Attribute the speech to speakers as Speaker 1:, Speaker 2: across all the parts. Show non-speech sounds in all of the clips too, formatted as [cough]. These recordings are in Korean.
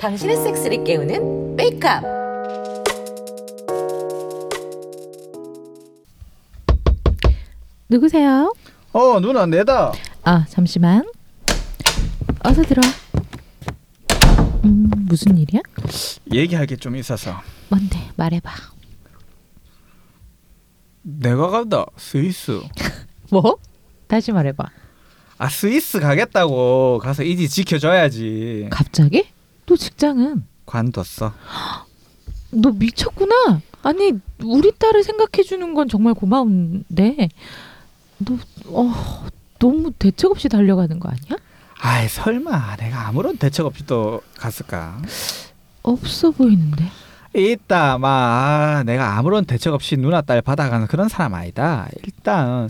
Speaker 1: 당신의 섹스를 깨우는 메이크업.
Speaker 2: 누구세요?
Speaker 3: 어 누나 내다
Speaker 2: 아 잠시만. 어서 들어. 음 무슨 일이야?
Speaker 3: 얘기할 게 좀 있어서
Speaker 2: 뭔데 말해봐.
Speaker 3: 내가 간다 스위스
Speaker 2: 뭐? 다시 말해봐.
Speaker 3: 아 스위스 가겠다고 가서 이지 지켜줘야지
Speaker 2: 갑자기? 또 직장은?
Speaker 3: 관뒀어
Speaker 2: 너 미쳤구나. 아니 우리 딸을 생각해 주는 건 정말 고마운데 너 어, 너무 대책 없이 달려가는 거 아니야?
Speaker 3: 아이 설마 내가 아무런 대책 없이 또 갔을까
Speaker 2: 없어 보이는데.
Speaker 3: 이따 마 아, 내가 아무런 대책 없이 누나 딸 받아가는 그런 사람 아니다 일단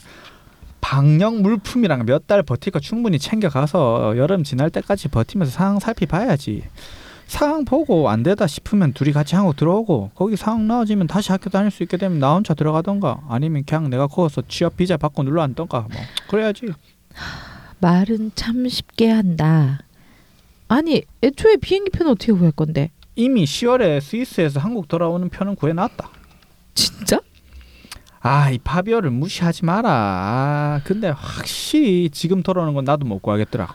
Speaker 3: 방역 물품이랑 몇 달 버틸 거 충분히 챙겨가서 여름 지날 때까지 버티면서 상황 살펴봐야지 상황 보고 안 되다 싶으면 둘이 같이 한국 들어오고 거기 상황 나아지면 다시 학교 다닐 수 있게 되면 나 혼자 들어가던가 아니면 그냥 내가 거기서 취업 비자 받고 눌러 앉던가 뭐 그래야지
Speaker 2: 말은 참 쉽게 한다. 아니 애초에 비행기 표는 어떻게 구할 건데?
Speaker 3: 이미 10월에 스위스에서 한국 돌아오는 표는 구해놨다
Speaker 2: 진짜?
Speaker 3: 아 이 파비오를 무시하지 마라 아, 근데 확실히 지금 돌아오는 건 나도 못 구하겠더라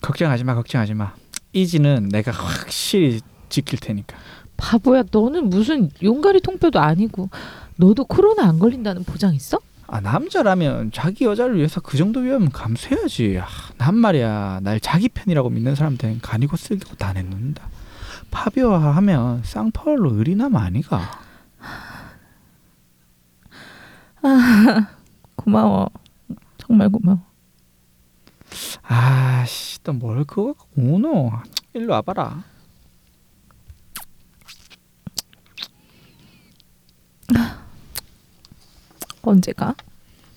Speaker 3: 걱정하지 마 걱정하지 마 이지는 내가 확실히 지킬 테니까
Speaker 2: 바보야 너는 무슨 용가리 통뼈도 아니고 너도 코로나 안 걸린다는 보장 있어?
Speaker 3: 아 남자라면 자기 여자를 위해서 그 정도 위험은 감수해야지 아, 난 말이야 날 자기 편이라고 믿는 사람들은 간이고 쓸기고 다 내놓는다 파비오와 하면 쌍파울로 의리나 많이 가
Speaker 2: 고마워. 정말 고마워.
Speaker 3: 아씨 또 뭘 그거 갖고 우노 일로 와봐라
Speaker 2: 언제 가?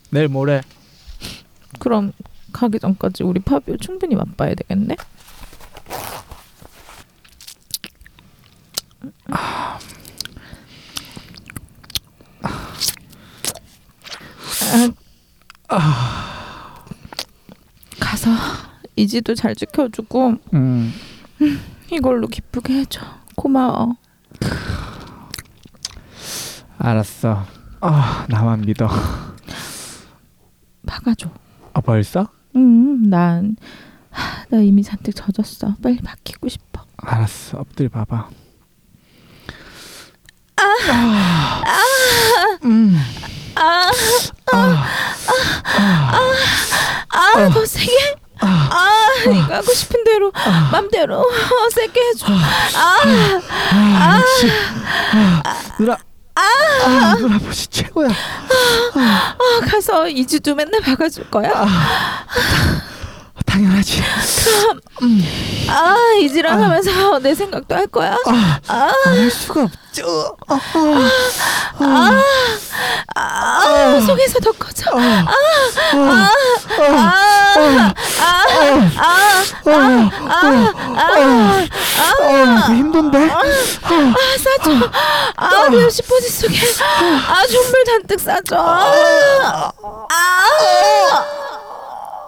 Speaker 3: 내일 모레
Speaker 2: 그럼 가기 전까지 우리 파비오 충분히 맛봐야 되겠네. 아. 가서 이지도 잘 지켜주고
Speaker 3: 음
Speaker 2: 이걸로 기쁘게 해줘. 고마워.
Speaker 3: 알았어. 아 나만 믿어.
Speaker 2: 박아줘.
Speaker 3: 아 벌써?
Speaker 2: 음, 난, 하, 나 이미 잔뜩 젖었어. 빨리 맡기고 싶어.
Speaker 3: 알았어. 엎드려 봐봐.
Speaker 2: 아, 더 세게. 아, 네가 하고 싶은 대로 맘대로 어, 세게 해줘.
Speaker 3: 아, 역시. 아, 누나. 아, 누나 보시 최고야.
Speaker 2: 아, 가서 이주도 맨날 박아줄 거야.
Speaker 3: 당연하지.
Speaker 2: 아, 이지랑 하면서 내 생각도 할 거야.
Speaker 3: 할 수가 없죠. 아,
Speaker 2: 아, 속에서 더 커져. 아. 아.
Speaker 3: 아, 이거 힘든데?
Speaker 2: 아, 싸줘. 아, 내 시퍼지 속에. 아, 좀비 잔뜩 싸줘. 아,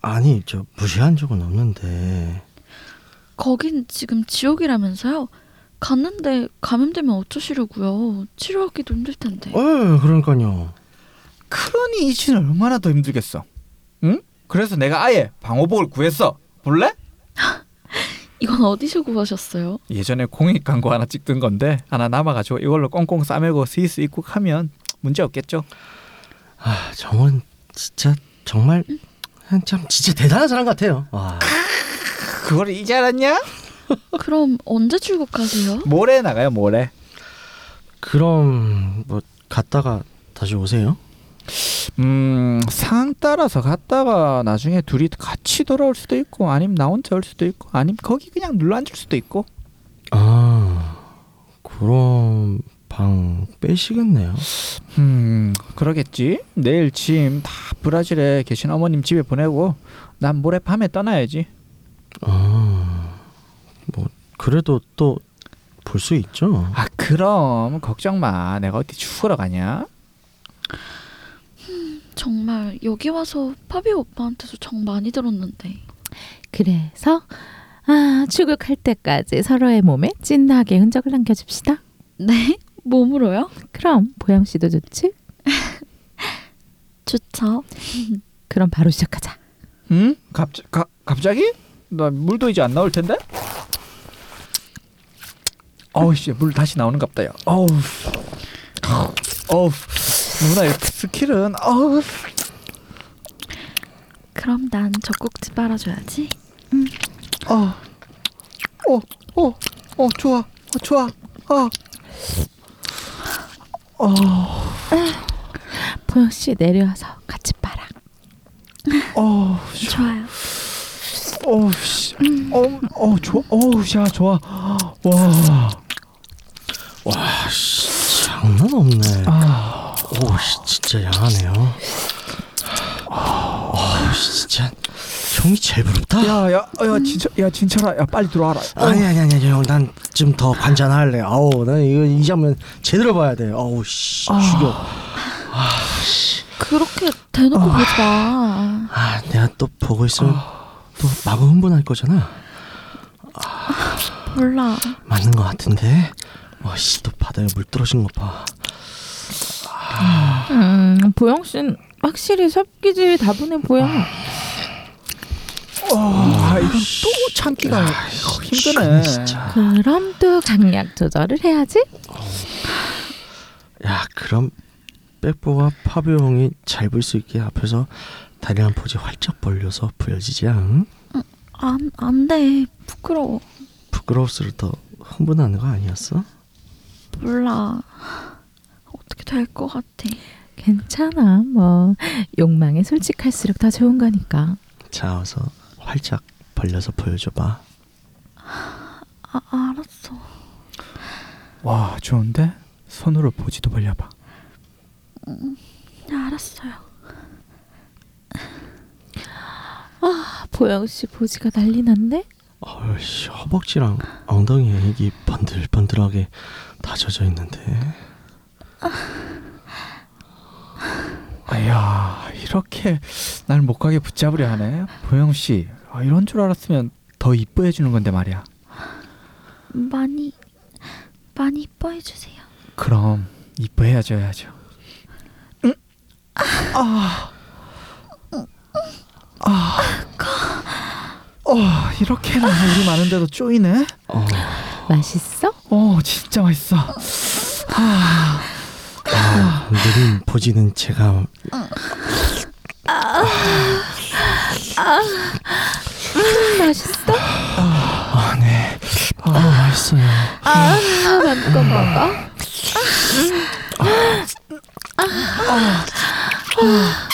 Speaker 4: 아니 저 무시한 적은 없는데
Speaker 5: 거긴 지금 지옥이라면서요? 갔는데 감염되면 어쩌시려고요? 치료하기도 힘들 텐데.
Speaker 4: 어 그러니까요
Speaker 3: 그러니 이치는 얼마나 더 힘들겠어. 응? 그래서 내가 아예 방호복을 구했어. 볼래?
Speaker 5: 이건 어디서 구하셨어요?
Speaker 3: 예전에 공익 광고 하나 찍던 건데 하나 남아가지고 이걸로 꽁꽁 싸매고 스위스 입국하면 문제 없겠죠.
Speaker 4: 아 정원 진짜 정말 참 진짜 대단한 사람 같아요 와.
Speaker 3: 그걸 이제 알았냐?
Speaker 5: 그럼 언제 출국하세요?
Speaker 3: 모레 나가요 모레.
Speaker 4: 그럼 뭐 갔다가 다시 오세요?
Speaker 3: 음 상황 따라서 갔다가 나중에 둘이 같이 돌아올 수도 있고 아니면 나 혼자 올 수도 있고 아니면 거기 그냥 눌러앉을 수도 있고
Speaker 4: 아 그럼 방 빼시겠네요.
Speaker 3: 음 그러겠지 내일 짐 다 브라질에 계신 어머님 집에 보내고 난 모레 밤에 떠나야지
Speaker 4: 아뭐 그래도 또 볼 수 있죠.
Speaker 3: 아 그럼 걱정 마 내가 어디 죽으러 가냐
Speaker 5: 정말 여기 와서 파비오 오빠한테도 정 많이 들었는데
Speaker 2: 그래서 아 출국할 때까지 서로의 몸에 찐하게 흔적을 남겨줍시다.
Speaker 5: 네? 몸으로요?
Speaker 2: 그럼 보영 씨도 좋지?
Speaker 5: 좋죠
Speaker 2: 그럼 바로 시작하자.
Speaker 3: 응? 갑자, 가, 갑자기? 나 물도 이제 안 나올 텐데? 어우 씨, 물 다시 나오는 갑다요. 어우, 어우, 누나 이 스킬은 어우.
Speaker 5: 그럼 난 젖꼭지 빨아줘야지
Speaker 3: 어, 어, 어, 어, 좋아, 어, 좋아, 어.
Speaker 2: 보영 씨 내려와서 같이 빨아.
Speaker 3: 어우,
Speaker 5: 좋아요
Speaker 3: 어우, 씨, 어우, 어우, 좋아, 어우, 야, 좋아, 와,
Speaker 4: 장난 없네.
Speaker 3: 아,
Speaker 4: 오, 씨, 진짜 야하네요. 아, 씨, 진짜 형이 제일 부럽다.
Speaker 3: 야, 야, 야, 진철, 야, 진철아, 야, 빨리 들어와라.
Speaker 4: 아니 아니 아니 형, 난 지금 더 관전 할래. 아우, 난 이거 이 장면 제대로 봐야 돼. 아우, 씨, 죽여.
Speaker 5: 그렇게 대놓고 보지 마
Speaker 4: 아, 내가 또 보고 있으면 또 마구 흥분할 거잖아.
Speaker 5: 몰라
Speaker 4: 맞는 거 같은데. 와, 씨, 또 바닥에 물 떨어진 거 봐.
Speaker 2: 음 보영 씨는 확실히 섭기질 다분해 보여.
Speaker 3: 아, 이건 또 참기가 힘드네.
Speaker 4: 죽네, 진짜.
Speaker 2: 그럼 또 강약 조절을 해야지.
Speaker 4: 야, 그럼 백보와 파비오 형이 잘 볼 수 있게 앞에서 다리 한 포지 활짝 벌려서 보여지지 않?
Speaker 5: 안, 안 돼. 부끄러워.
Speaker 4: 부끄러웠을 더 흥분하는 거 아니었어?
Speaker 5: 몰라. 어떻게 될 것 같아.
Speaker 2: 괜찮아. 뭐 욕망에 솔직할수록 더 좋은 거니까.
Speaker 4: 자, 어서 활짝 벌려서 보여줘봐.
Speaker 5: 아, 알았어.
Speaker 3: 와 좋은데 손으로 보지도 벌려봐
Speaker 5: 네, 알았어요.
Speaker 2: 아, 보영 씨 보지가 난리 났네.
Speaker 4: 어이씨, 허벅지랑 엉덩이에 이게 번들번들하게 다 젖어 있는데.
Speaker 3: 아야 이렇게 날 못 가게 붙잡으려 하네 보영씨 아, 이런 줄 알았으면 더 이뻐해 주는 건데 말이야
Speaker 5: 많이, 많이 이뻐해 주세요.
Speaker 3: 그럼 이뻐해야 줘야죠 아. 아아 어, 이렇게나 물이 많은데도 쪼이네
Speaker 4: 어,
Speaker 2: 맛있어?
Speaker 3: 어 진짜 맛있어
Speaker 4: 아, 느린 보지는 제가
Speaker 2: 음, 맛있어?
Speaker 4: 아, 네. 아, 맛있어요.
Speaker 2: 아, 맘껏 먹어.
Speaker 5: [laughs]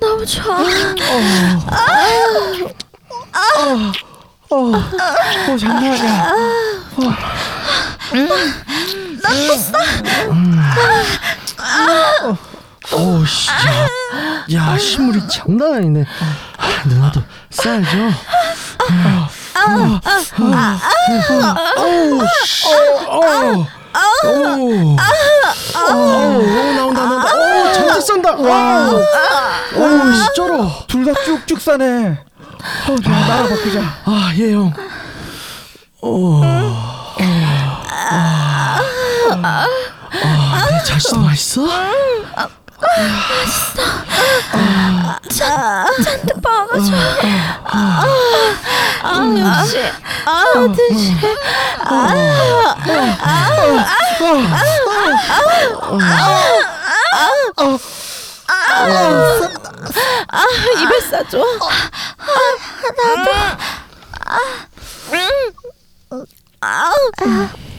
Speaker 5: 너무 좋아.
Speaker 3: 어, 어 장난 아니야
Speaker 4: 어우, 씨. 야, 야, 신물이 장난 아니네. 아, 누나도 싸야죠. 어우, 씨. 어우, 어우. 어우, 어우, 나온다, 나온다. 어우, 진짜 싼다. 와. 어우, 씨, 쩔어.
Speaker 3: 둘 다 쭉쭉 싸네 어 그냥 나라 바꾸자
Speaker 4: 아, 예, 형. 어. 아, 아, 내 자식도 맛있어?
Speaker 2: 입에 싸줘.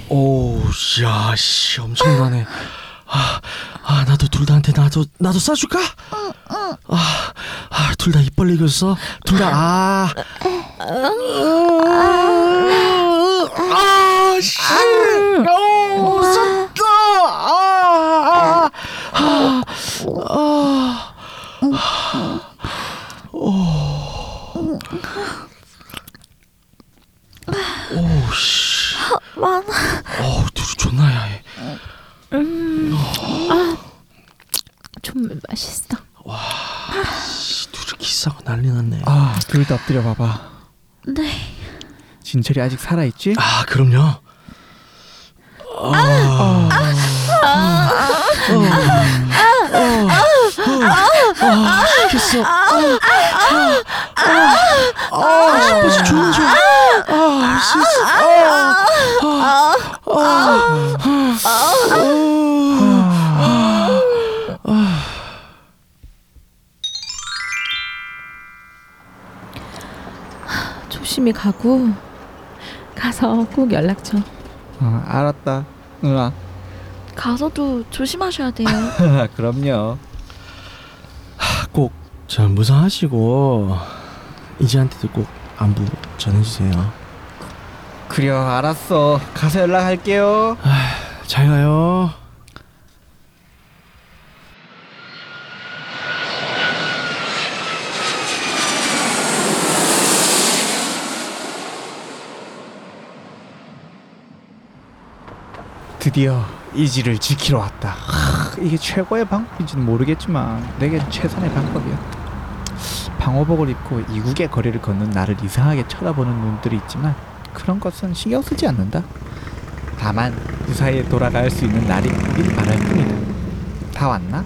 Speaker 4: 오, 야, 씨, 엄청나네. 아, 아 나도 둘 다한테 나도 나도 싸줄까? 아, 아, 둘 다 입 벌리고 있어. 둘 다 아. 아, 씨. 어, 쌌다. 아, 아, 아, 아. 오, 씨. 많아. 어, 둘이 존나 야해.
Speaker 2: 좀 맛있어.
Speaker 4: 씨, 둘이 키스하고 난리 났네. 아,
Speaker 3: 아, 둘 다 엎드려 봐봐.
Speaker 5: 네.
Speaker 3: 진철이 아직 살아 있지?
Speaker 4: 그럼요. 키스. 아, 아, 아, 아, 싶어서 존나 좋아. 아, 씨. 아, 아, 아, 아, 아.
Speaker 2: 조심히 가고 가서 꼭 연락 줘.
Speaker 3: 어, 알았다. 누나. [laughs]
Speaker 5: 가서도 조심하셔야 [laughs] 돼요.
Speaker 3: 그럼요.
Speaker 4: 꼭 전 무사하시고 이지한테도 꼭 안부 전해주세요.
Speaker 3: 그려 알았어. 가서 연락할게요.
Speaker 4: 잘 가요.
Speaker 3: 드디어 이지를 지키러 왔다. 하, 이게 최고의 방법인지는 모르겠지만 내겐 최선의 방법이었다. 방호복을 입고 이국의 거리를 걷는 나를 이상하게 쳐다보는 눈들이 있지만 그런 것은 신경 쓰지 않는다. 다만 그 무사히 돌아갈 수 있는 날이 오길 바랄 뿐이다. 다 왔나?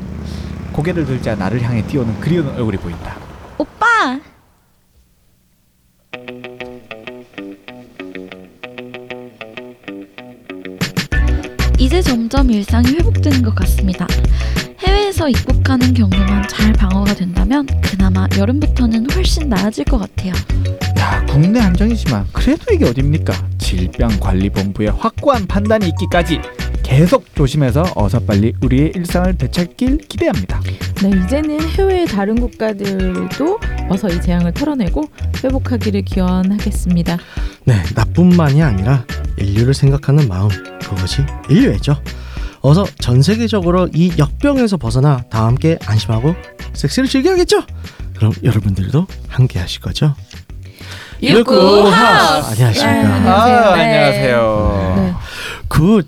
Speaker 3: 고개를 들자 나를 향해 뛰어오는 그리운 얼굴이 보인다.
Speaker 5: 오빠. 이제 점점 일상이 회복되는 것 같습니다. 해외에서 입국하는 경로만 잘 방어가 된다면 그나마 여름부터는 훨씬 나아질 것 같아요.
Speaker 3: 야, 국내 함정이지만 그래도 이게 어딥니까? 질병관리본부의 확고한 판단이 있기까지 계속 조심해서 어서 빨리 우리의 일상을 되찾길 기대합니다.
Speaker 2: 네, 이제는 해외의 다른 국가들도 어서 이 재앙을 털어내고 회복하기를 기원하겠습니다.
Speaker 4: 네, 나뿐만이 아니라 인류를 생각하는 마음 그것이 인류애죠. 어서 전 세계적으로 이 역병에서 벗어나 다 함께 안심하고 섹스를 즐겨야겠죠. 그럼 여러분들도 함께 하실 거죠?
Speaker 1: 유쿠하우스!
Speaker 4: 안녕하십니까.
Speaker 3: 아,
Speaker 1: 안녕하세요. 네.
Speaker 2: 네.
Speaker 4: 그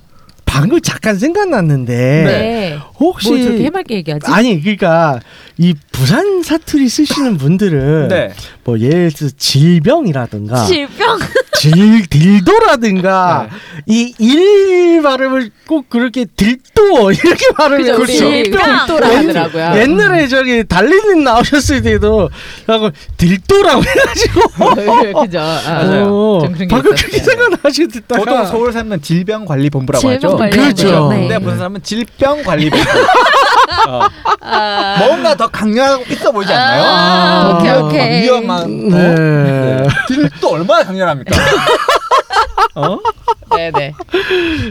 Speaker 4: 방금 잠깐 생각났는데
Speaker 2: 네.
Speaker 4: 혹시
Speaker 2: 뭐 저렇게 해맑게 얘기하지?
Speaker 4: 아니 그러니까 이 부산 사투리 쓰시는 분들은
Speaker 3: 네.
Speaker 4: 뭐 예를 들어
Speaker 2: 아. [laughs]
Speaker 4: 질병이라든가
Speaker 5: 질병.
Speaker 2: 어,
Speaker 4: 질 딜도라든가
Speaker 3: 네.
Speaker 4: 이 일 발음을 꼭 그렇게 딜도 [laughs] 이렇게 발음해요.
Speaker 2: 그죠, 우리
Speaker 4: 질병.
Speaker 2: 딜도라
Speaker 4: 옛-
Speaker 2: 하더라고요.
Speaker 4: 옛날에 저기 달리는 나오셨을 때도 하고 딜도라고 해가지고
Speaker 2: 그죠. 아,
Speaker 3: 맞아요.
Speaker 4: 어,
Speaker 2: 좀 그런 게
Speaker 4: 방금
Speaker 2: 있었어요.
Speaker 4: 그렇게 생각나시다가
Speaker 3: 보통 서울 사람은 질병관리본부라고 하죠.
Speaker 5: 질병관리본부.
Speaker 4: 그렇죠.
Speaker 5: 네.
Speaker 3: 근데 부산 사람은 질병관리본부.
Speaker 4: [laughs]
Speaker 3: 어. 뭔가 더 강렬하고 있어 보이지 않나요?
Speaker 4: 아, 오케이,
Speaker 3: 막
Speaker 1: 오케이.
Speaker 3: 위험한.
Speaker 4: 네.
Speaker 3: 어? 네. 질도 얼마나 강렬합니까? 어?
Speaker 2: 네네.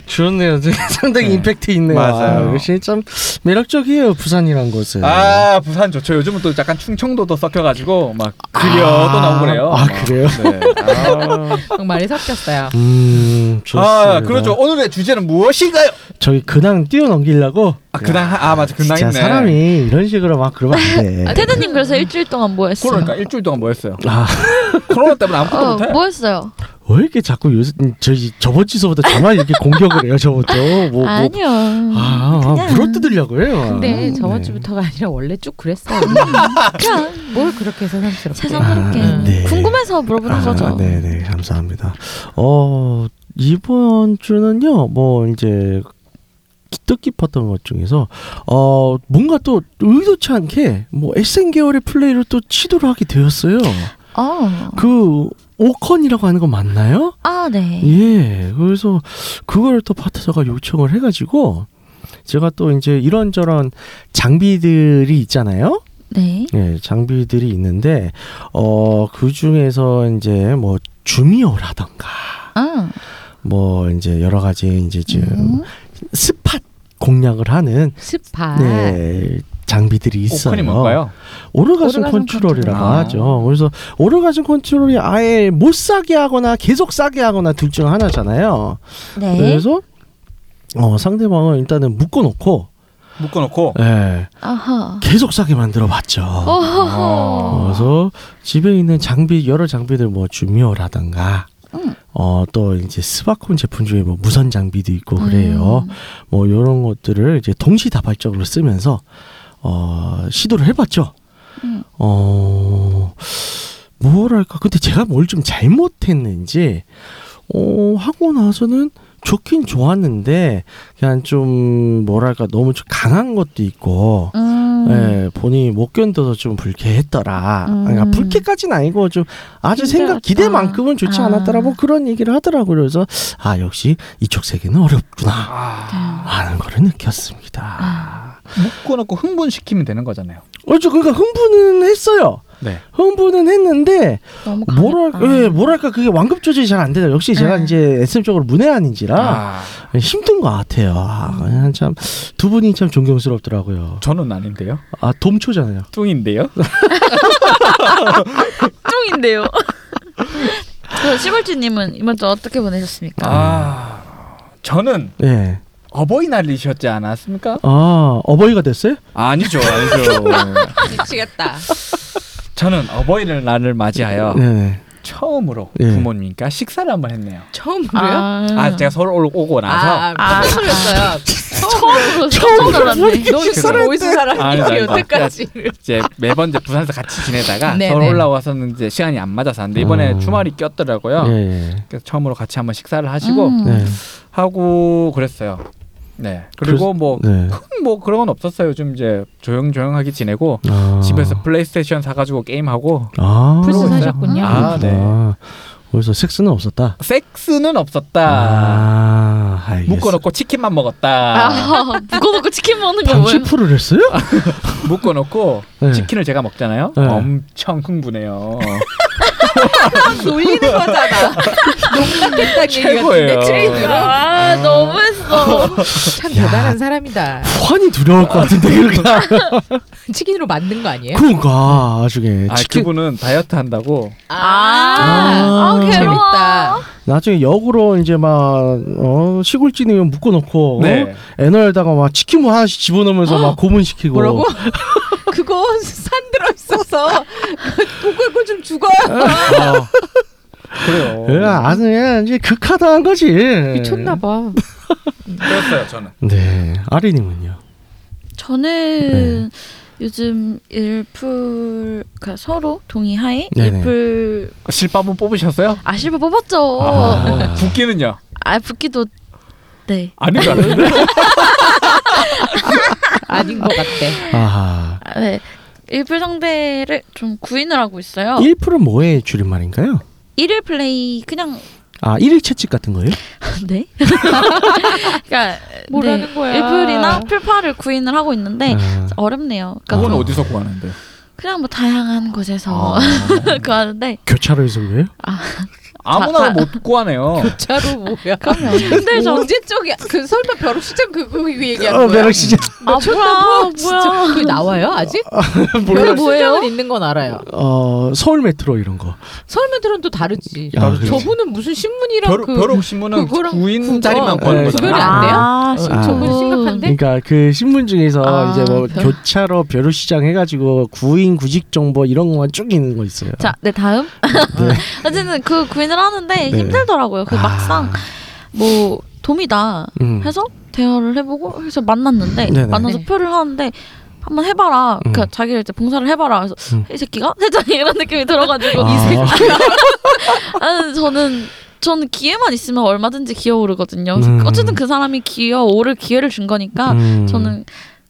Speaker 4: 좋네요.
Speaker 3: [laughs]
Speaker 4: 상당히
Speaker 3: 네.
Speaker 4: 임팩트 있네요.
Speaker 3: 맞아요.
Speaker 4: 아, 역시 참 매력적이에요. 부산이란 곳은.
Speaker 3: 아 부산 좋죠. 요즘은 또 약간 충청도도 섞여가지고 막 그려도
Speaker 4: 아.
Speaker 3: 나오고 그래요.
Speaker 4: 아, 그래요?
Speaker 3: 네.
Speaker 4: [laughs]
Speaker 3: 아.
Speaker 2: 막 말이 섞였어요.
Speaker 4: 음, 좋습니다.
Speaker 3: 아 그렇죠. 오늘의 주제는 무엇인가요?
Speaker 4: 저희 근황 뛰어넘기려고.
Speaker 3: 아 그날 아 맞아 그날
Speaker 4: 진짜
Speaker 3: 있네.
Speaker 4: 사람이 이런 식으로 막 그러면 안
Speaker 2: 아,
Speaker 4: 돼.
Speaker 5: 테드님 그래서 일주일 동안 뭐 했어요?
Speaker 3: 그러니까 일주일 동안 뭐했어요?
Speaker 4: 아,
Speaker 3: 코로나 때문에 아무것도
Speaker 5: 어,
Speaker 3: 못해.
Speaker 5: 뭐 했어요?
Speaker 4: 왜 이렇게 자꾸 요새 음, 저희 저번 주소보다 저만 이렇게 공격을 해요. 저부터 뭐, 뭐
Speaker 5: 아니요.
Speaker 4: 아, 아
Speaker 5: 그냥.
Speaker 4: 물어뜯으려고 해요.
Speaker 2: 근데
Speaker 4: 아,
Speaker 2: 저번
Speaker 4: 네.
Speaker 2: 주부터가 아니라 원래 쭉 그랬어요.
Speaker 5: 그냥
Speaker 2: 뭘 그렇게 새삼스럽게.
Speaker 5: 새삼스럽게
Speaker 2: 아,
Speaker 4: 네.
Speaker 5: 궁금해서 물어보는 거죠.
Speaker 4: 네, 네, 감사합니다. 어 이번 주는요, 뭐 이제 뜻깊었던 것 중에서 어 뭔가 또 의도치 않게 뭐 에센 계열의 플레이를 또 시도를 하게 되었어요.
Speaker 5: 뭐. 어.
Speaker 4: 그 오컨이라고 하는 거 맞나요?
Speaker 5: 아, 네.
Speaker 4: 예, 그래서 그거를 또 파트너가 요청을 해가지고 제가 또 이제 이런저런 장비들이 있잖아요.
Speaker 5: 네.
Speaker 4: 예, 장비들이 있는데 어, 그 중에서 이제 뭐 주미어라던가
Speaker 5: 아.
Speaker 4: 뭐 이제 여러 가지 이제 지금
Speaker 5: 음.
Speaker 4: 스팟 공략을 하는
Speaker 2: 스팟.
Speaker 4: 네, 장비들이 있어요.
Speaker 3: 오픈이 뭔가요?
Speaker 4: 오르가즘
Speaker 2: 오르가즘
Speaker 4: 컨트롤이라고
Speaker 3: 컨트롤.
Speaker 4: 하죠. 그래서 오르가즘 컨트롤이 아예 못 싸게 하거나 계속 싸게 하거나 둘 중 하나잖아요.
Speaker 5: 네.
Speaker 4: 그래서 어, 상대방을 일단은 묶어놓고
Speaker 3: 묶어놓고
Speaker 4: 예,
Speaker 5: 아하.
Speaker 4: 계속 싸게 만들어 봤죠.
Speaker 3: 어.
Speaker 5: 어허허.
Speaker 4: 그래서 집에 있는 장비 여러 장비들 뭐 주미어라든가
Speaker 5: 음.
Speaker 4: 어 또 이제 스바콘 제품 중에 뭐 무선 장비도 있고 그래요.
Speaker 5: 음.
Speaker 4: 뭐 이런 것들을 이제 동시다발적으로 쓰면서 어 시도를 해봤죠.
Speaker 5: 음.
Speaker 4: 어 뭐랄까 근데 제가 뭘 좀 잘못했는지 어 하고 나서는 좋긴 좋았는데 그냥 좀 뭐랄까 너무 좀 강한 것도 있고
Speaker 5: 음.
Speaker 4: 예, 본인이 못 견뎌서 좀 불쾌했더라.
Speaker 5: 음.
Speaker 4: 그러니까 불쾌까지는 아니고 좀 아주 생각
Speaker 5: 힘들었다.
Speaker 4: 기대만큼은 좋지
Speaker 5: 아.
Speaker 4: 않았더라. 뭐 그런 얘기를 하더라고요. 그래서 아 역시 이쪽 세계는 어렵구나
Speaker 3: 아,
Speaker 5: 네.
Speaker 4: 하는 거를 느꼈습니다.
Speaker 5: 아,
Speaker 3: 묶어놓고 흥분시키면 되는 거잖아요.
Speaker 4: 그렇죠. 그러니까 흥분은 했어요.
Speaker 3: 네.
Speaker 4: 흥분은 했는데
Speaker 5: 너무 강했다.
Speaker 4: 뭐랄까, 예, 뭐랄까 그게 완급 조절이 잘 안 되더라. 역시 제가
Speaker 5: 음.
Speaker 4: 이제 SM 쪽으로 문외한인지라
Speaker 3: 아,
Speaker 4: 힘든 것 같아요. 아, 참두 분이 참 존경스럽더라고요.
Speaker 3: 저는 아닌데요.
Speaker 4: 아 dom초잖아요.
Speaker 3: 뚱인데요.
Speaker 5: [laughs] 쫑인데요. 그 시골주님은 이번 주 어떻게 보내셨습니까?
Speaker 3: 아, 저는
Speaker 4: 예.
Speaker 3: 어버이날이셨지 않았습니까?
Speaker 4: 아 어버이가 됐어요?
Speaker 3: 아니죠, 아니죠. [laughs]
Speaker 1: 미치겠다.
Speaker 3: 저는 어버이날을 맞이하여
Speaker 4: 네네.
Speaker 3: 처음으로
Speaker 4: 예.
Speaker 3: 부모님과 식사를 한번 했네요.
Speaker 2: 처음으로요?
Speaker 3: 아, 제가 서울 올- 오고 나서
Speaker 1: 아, 아, 틀렸어요.
Speaker 5: 처음으로 처음 놀았네.
Speaker 2: 너
Speaker 3: 그래요?
Speaker 2: 있어 보이는
Speaker 3: 아니,
Speaker 2: 사람이
Speaker 3: 아니,
Speaker 2: 여태까지.
Speaker 3: 이제 매번 이제 부산에서 같이 지내다가
Speaker 2: [laughs] 네,
Speaker 3: 서울
Speaker 2: 네.
Speaker 3: 올라와서는 이제 시간이 안 맞아서 하는데 이번에
Speaker 4: 음.
Speaker 3: 주말이 꼈더라고요.
Speaker 4: 예, 예.
Speaker 3: 그래서 처음으로 같이 한번 식사를 하시고
Speaker 5: 음.
Speaker 4: 네.
Speaker 3: 하고 그랬어요. 네. 그리고 뭐 뭐
Speaker 4: 네.
Speaker 3: 그런 건 없었어요. 요즘 이제 조용조용하게 지내고
Speaker 4: 아.
Speaker 3: 집에서 플레이스테이션 사가지고 게임하고
Speaker 4: 아.
Speaker 2: 플스
Speaker 3: 그러고 있어요.
Speaker 2: 사셨군요.
Speaker 3: 아, 네.
Speaker 4: 아, 그래서 섹스는 없었다.
Speaker 3: 섹스는 없었다.
Speaker 4: 아, 알겠어.
Speaker 3: 묶어놓고 치킨만 먹었다.
Speaker 5: 아, 묶어놓고 치킨 먹는 거 뭐예요?
Speaker 4: 방치풀을 했어요?
Speaker 3: 묶어놓고
Speaker 4: 네.
Speaker 3: 치킨을 제가 먹잖아요.
Speaker 4: 네.
Speaker 3: 엄청 흥분해요.
Speaker 1: 놀리는 거잖아. 농락했다는
Speaker 3: 최고예요.
Speaker 1: 얘기였는데 트레이드로.
Speaker 5: 아 너무했어.
Speaker 2: 참
Speaker 4: 야.
Speaker 2: 대단한 사람이다.
Speaker 4: 환이 두려울 것
Speaker 2: [laughs]
Speaker 4: 같은데 그러니까.
Speaker 2: 치킨으로 만든 거 아니에요?
Speaker 4: 그러니까 나중에
Speaker 3: 아,
Speaker 4: 치킨
Speaker 3: 그분은 다이어트 한다고.
Speaker 2: 아,
Speaker 5: 아,
Speaker 4: 아,
Speaker 5: 괴로워.
Speaker 2: 재밌다.
Speaker 4: 나중에 역으로 이제 막 어, 시골진이 묶어놓고
Speaker 3: 네.
Speaker 4: 애널다가 막 치킨 뭐 하나씩 집어넣으면서 막 고문시키고.
Speaker 2: 뭐라고? 그거 산 들어 있어서 그거 좀 죽어요.
Speaker 3: 아, 그래요.
Speaker 4: 예, 아주 그냥 이제 극하다한 거지.
Speaker 2: 미쳤나 봐.
Speaker 3: 그랬어요 저는.
Speaker 4: 네, 아리님은요.
Speaker 5: 저는 요즘 일풀 그러니까 서로 동의하에
Speaker 4: 네네.
Speaker 5: 일풀
Speaker 3: 실밥은 뽑으셨어요?
Speaker 5: 아 실버 뽑았죠. 아,
Speaker 4: 아.
Speaker 3: 붓기는요?
Speaker 5: 붓기도 네.
Speaker 3: 아닌 것 같은데.
Speaker 2: 아닌 것 같대.
Speaker 4: 아하.
Speaker 5: 아, 네. 일풀 상대를 좀 구인을 하고 있어요.
Speaker 4: 1%는 뭐의 줄임말인가요?
Speaker 5: 일... 일 플레이 그냥
Speaker 2: [laughs]
Speaker 4: 아, 1일 채찍 같은 거예요?
Speaker 5: 네. 그러니까
Speaker 2: [laughs] 뭐라는 거야.
Speaker 5: 일풀이나 풀파를 구인을 하고
Speaker 2: 네.
Speaker 5: 있는데
Speaker 4: 아,
Speaker 5: 어렵네요. 그러니까
Speaker 3: 그건
Speaker 4: 아.
Speaker 3: 어디서 구하는데? 아,
Speaker 5: 그냥 뭐 다양한
Speaker 2: 어.
Speaker 5: 곳에서
Speaker 2: 아.
Speaker 5: [laughs] 구하는데
Speaker 4: 교차로에서 그래요?
Speaker 3: 아무나 못 구하네요.
Speaker 2: 자로 뭐야?
Speaker 5: 근데 저
Speaker 2: 언제 쪽이야? 그 설마 벼룩시장 그거 이거
Speaker 4: 어,
Speaker 2: 얘기하는 거야?
Speaker 4: 벼락 시장.
Speaker 5: 아 뭐야
Speaker 2: 진짜
Speaker 5: 뭐야
Speaker 2: 그게 나와요 아직?
Speaker 4: 몰라.
Speaker 2: 벼룩시장은 있는 건 알아요.
Speaker 4: 어, 서울 메트로 이런 거.
Speaker 2: 설매들은 또 다르지.
Speaker 4: 야, 그래.
Speaker 2: 저분은 무슨 신문이랑
Speaker 3: 벼룩
Speaker 2: 그
Speaker 3: 벼룩 신문은
Speaker 2: 그거랑
Speaker 3: 구인
Speaker 2: 그거-
Speaker 3: 자리만 구하는
Speaker 4: 네,
Speaker 3: 거잖아.
Speaker 2: 구별이 안 돼요?
Speaker 5: 아,
Speaker 4: 아.
Speaker 2: 저분 심각한데?
Speaker 4: 그러니까 그 신문 중에서
Speaker 5: 네? 아,
Speaker 4: 이제 뭐
Speaker 5: 벼-
Speaker 4: 교차로 벼룩 시장 해가지고 구인 구직 정보 이런 거만 쭉 있는 거 있어요.
Speaker 5: 자, 네 다음. [laughs] 어쨌든 그 구인을 하는데
Speaker 4: 네.
Speaker 5: 힘들더라고요. 그
Speaker 4: 아,
Speaker 5: 막상 뭐 돔이다
Speaker 4: 음.
Speaker 5: 해서 대화를 해보고 해서 만났는데
Speaker 4: 네네.
Speaker 5: 만나서
Speaker 2: 네.
Speaker 5: 표를 하는데 한번 해봐라.
Speaker 4: 음.
Speaker 5: 그러니까 자기를 이제 봉사를 해봐라. 그래서
Speaker 4: 음.
Speaker 5: 이 새끼가 [laughs] 세상 이런 느낌이 들어가지고 [laughs]
Speaker 4: 아.
Speaker 5: 아, 저는 저는 기회만 있으면 얼마든지 기어오르거든요. 그래서
Speaker 4: 음.
Speaker 5: 어쨌든 그 사람이 기어오를 기회를 준 거니까
Speaker 4: 음.
Speaker 5: 저는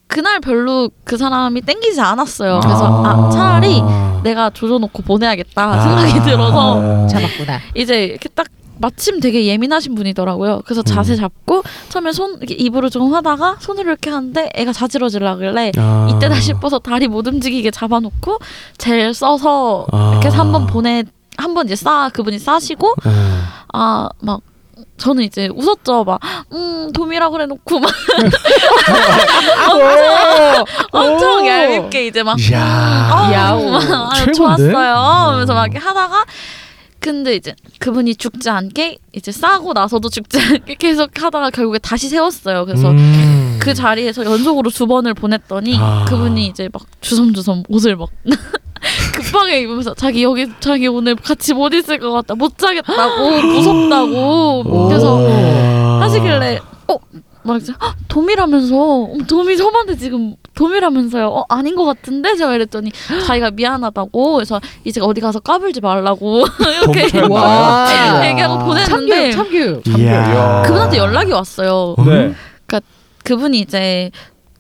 Speaker 5: 그날 별로 그 사람이 땡기지 않았어요. 그래서 아, 차라리 내가 조져놓고 보내야겠다 생각이
Speaker 4: 아.
Speaker 5: 들어서
Speaker 2: 잡았구나.
Speaker 5: 이제 이렇게 딱 마침 되게 예민하신 분이더라고요. 그래서 자세 잡고 처음에 손 이렇게 입으로 좀 하다가 손으로 이렇게 하는데 애가 자지러질라길래
Speaker 4: 아.
Speaker 5: 이때다 싶어서 다리 못 움직이게 잡아놓고 젤 써서
Speaker 4: 아.
Speaker 5: 이렇게 해서 한번 보내 한 번 이제 싸 그분이 싸시고
Speaker 4: 아.
Speaker 5: 아 막 저는 이제 웃었죠. 막, 음, 돔이라고 그래놓고 막 [laughs] 엄청
Speaker 2: 오.
Speaker 5: 얄밉게 이제 막,
Speaker 4: 이야.
Speaker 5: 아,
Speaker 2: 야오.
Speaker 5: 아유,
Speaker 4: 최고인데? 음.
Speaker 5: 좋았어요. 하면서 막 이렇게 하다가, 근데 이제 그분이 죽지 않게 이제 싸고 나서도 죽지 않게 [laughs] 계속 하다가 결국에 다시 세웠어요. 그래서
Speaker 4: 음.
Speaker 5: 그 자리에서 연속으로 두 번을 보냈더니
Speaker 4: 아.
Speaker 5: 그분이 이제 막 주섬주섬 옷을 막 [laughs] 급하게 입으면서 자기 여기 자기 오늘 같이 못 있을 것 같다 못 자겠다고 무섭다고 그래서
Speaker 4: 오.
Speaker 5: 하시길래 어 말했죠 "헉, 도미라면서 어, 도미 저한테 지금 도미라면서요 어 아닌 것 같은데 제가 이랬더니 자기가 미안하다고 그래서 이제 어디 가서 까불지 말라고 [laughs] 이렇게
Speaker 3: 동철.
Speaker 2: 와.
Speaker 5: 아. 얘기하고
Speaker 2: 참교육,
Speaker 5: 보냈는데
Speaker 2: 참교육.
Speaker 4: 이야.
Speaker 5: 그분한테 연락이 왔어요
Speaker 3: 네.
Speaker 4: 음.
Speaker 5: 그분이 이제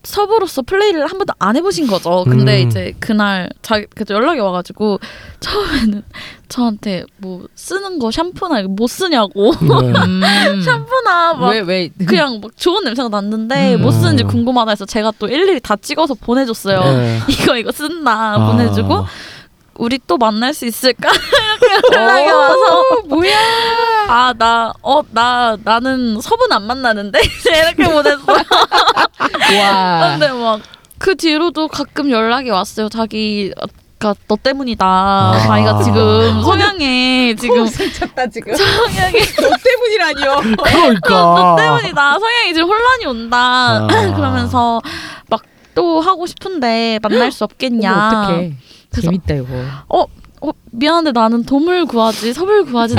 Speaker 5: 서브로서 플레이를 한 번도 안 해보신 거죠. 근데
Speaker 4: 음.
Speaker 5: 이제 그날 자 그래서 연락이 와가지고 처음에는 저한테 뭐 쓰는 거 샴푸나 이거 못 쓰냐고
Speaker 4: 네.
Speaker 5: 샴푸나 막
Speaker 2: 왜 왜?
Speaker 5: 그냥 막 좋은 냄새가 났는데
Speaker 2: 음.
Speaker 5: 못 쓰는지 궁금하다 해서 제가 또 일일이 다 찍어서 보내줬어요.
Speaker 4: 네.
Speaker 5: [laughs] 이거 이거 쓴다
Speaker 4: 아.
Speaker 5: 보내주고 우리 또 만날 수 있을까 [laughs] 이렇게 연락이 와서
Speaker 2: 어, 뭐야?
Speaker 5: 아 나 어 나 나는 서분 안 만나는데 [laughs] 이렇게 보냈어.
Speaker 2: 와.
Speaker 5: 근데 막 그 뒤로도 가끔 연락이 왔어요. 자기 가너 때문이다.
Speaker 4: 아.
Speaker 2: [laughs]
Speaker 5: 자기가 지금 성향에 지금
Speaker 1: 미쳤다 지금.
Speaker 5: 성향에
Speaker 1: [laughs] 너 때문이라니요.
Speaker 4: 그러니까.
Speaker 5: 아, 너 때문이다. 성향이 지금 혼란이 온다.
Speaker 4: 아.
Speaker 5: [laughs] 그러면서 막 또 하고 싶은데 만날 수 없겠냐.
Speaker 2: 어떻게?
Speaker 5: 그래서-
Speaker 2: 재밌다 이거.
Speaker 5: 어, 미안한데 나는 돔을 구하지 섭을 구하진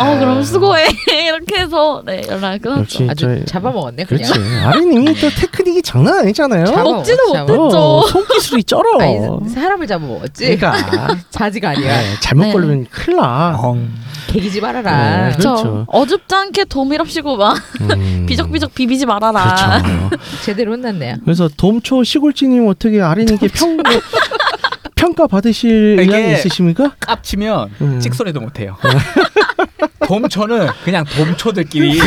Speaker 4: 아.
Speaker 5: 어 그럼 수고해 [laughs] 이렇게 해서 네 연락 끊었죠.
Speaker 4: 역시
Speaker 2: 아주
Speaker 4: 저희
Speaker 2: 잡아먹었네 그냥.
Speaker 4: 그렇지. 아린님이 또 테크닉이 장난 아니잖아요. 뭐,
Speaker 2: 잡아-
Speaker 5: 먹지도
Speaker 2: 잡아.
Speaker 5: 못했죠.
Speaker 4: 어, 손기술이 쩔어.
Speaker 2: 아니, 사람을 잡아먹었지.
Speaker 4: 그러니까.
Speaker 2: [laughs] 자지가 아니야.
Speaker 4: 네, 잘못
Speaker 5: 네.
Speaker 4: 걸리면 큰일 나.
Speaker 3: 엉.
Speaker 2: 개기지 말아라.
Speaker 4: 네.
Speaker 5: 저
Speaker 4: 그렇죠.
Speaker 5: 어줍지 않게 돔이랍시고 막
Speaker 4: 음.
Speaker 5: [laughs] 비적비적 비비지 말아라. [laughs]
Speaker 4: 그렇죠.
Speaker 2: 제대로 혼났네요. 어,
Speaker 4: 그래서 돔초 시골지님 어떻게 아린님께
Speaker 5: [laughs]
Speaker 4: 평 평가 받으실
Speaker 3: 이게-
Speaker 4: 의향이 있으십니까?
Speaker 3: 깝치면
Speaker 4: 음.
Speaker 3: 찍소리도 못해요. [laughs] 돔초는 그냥 돔초들끼리.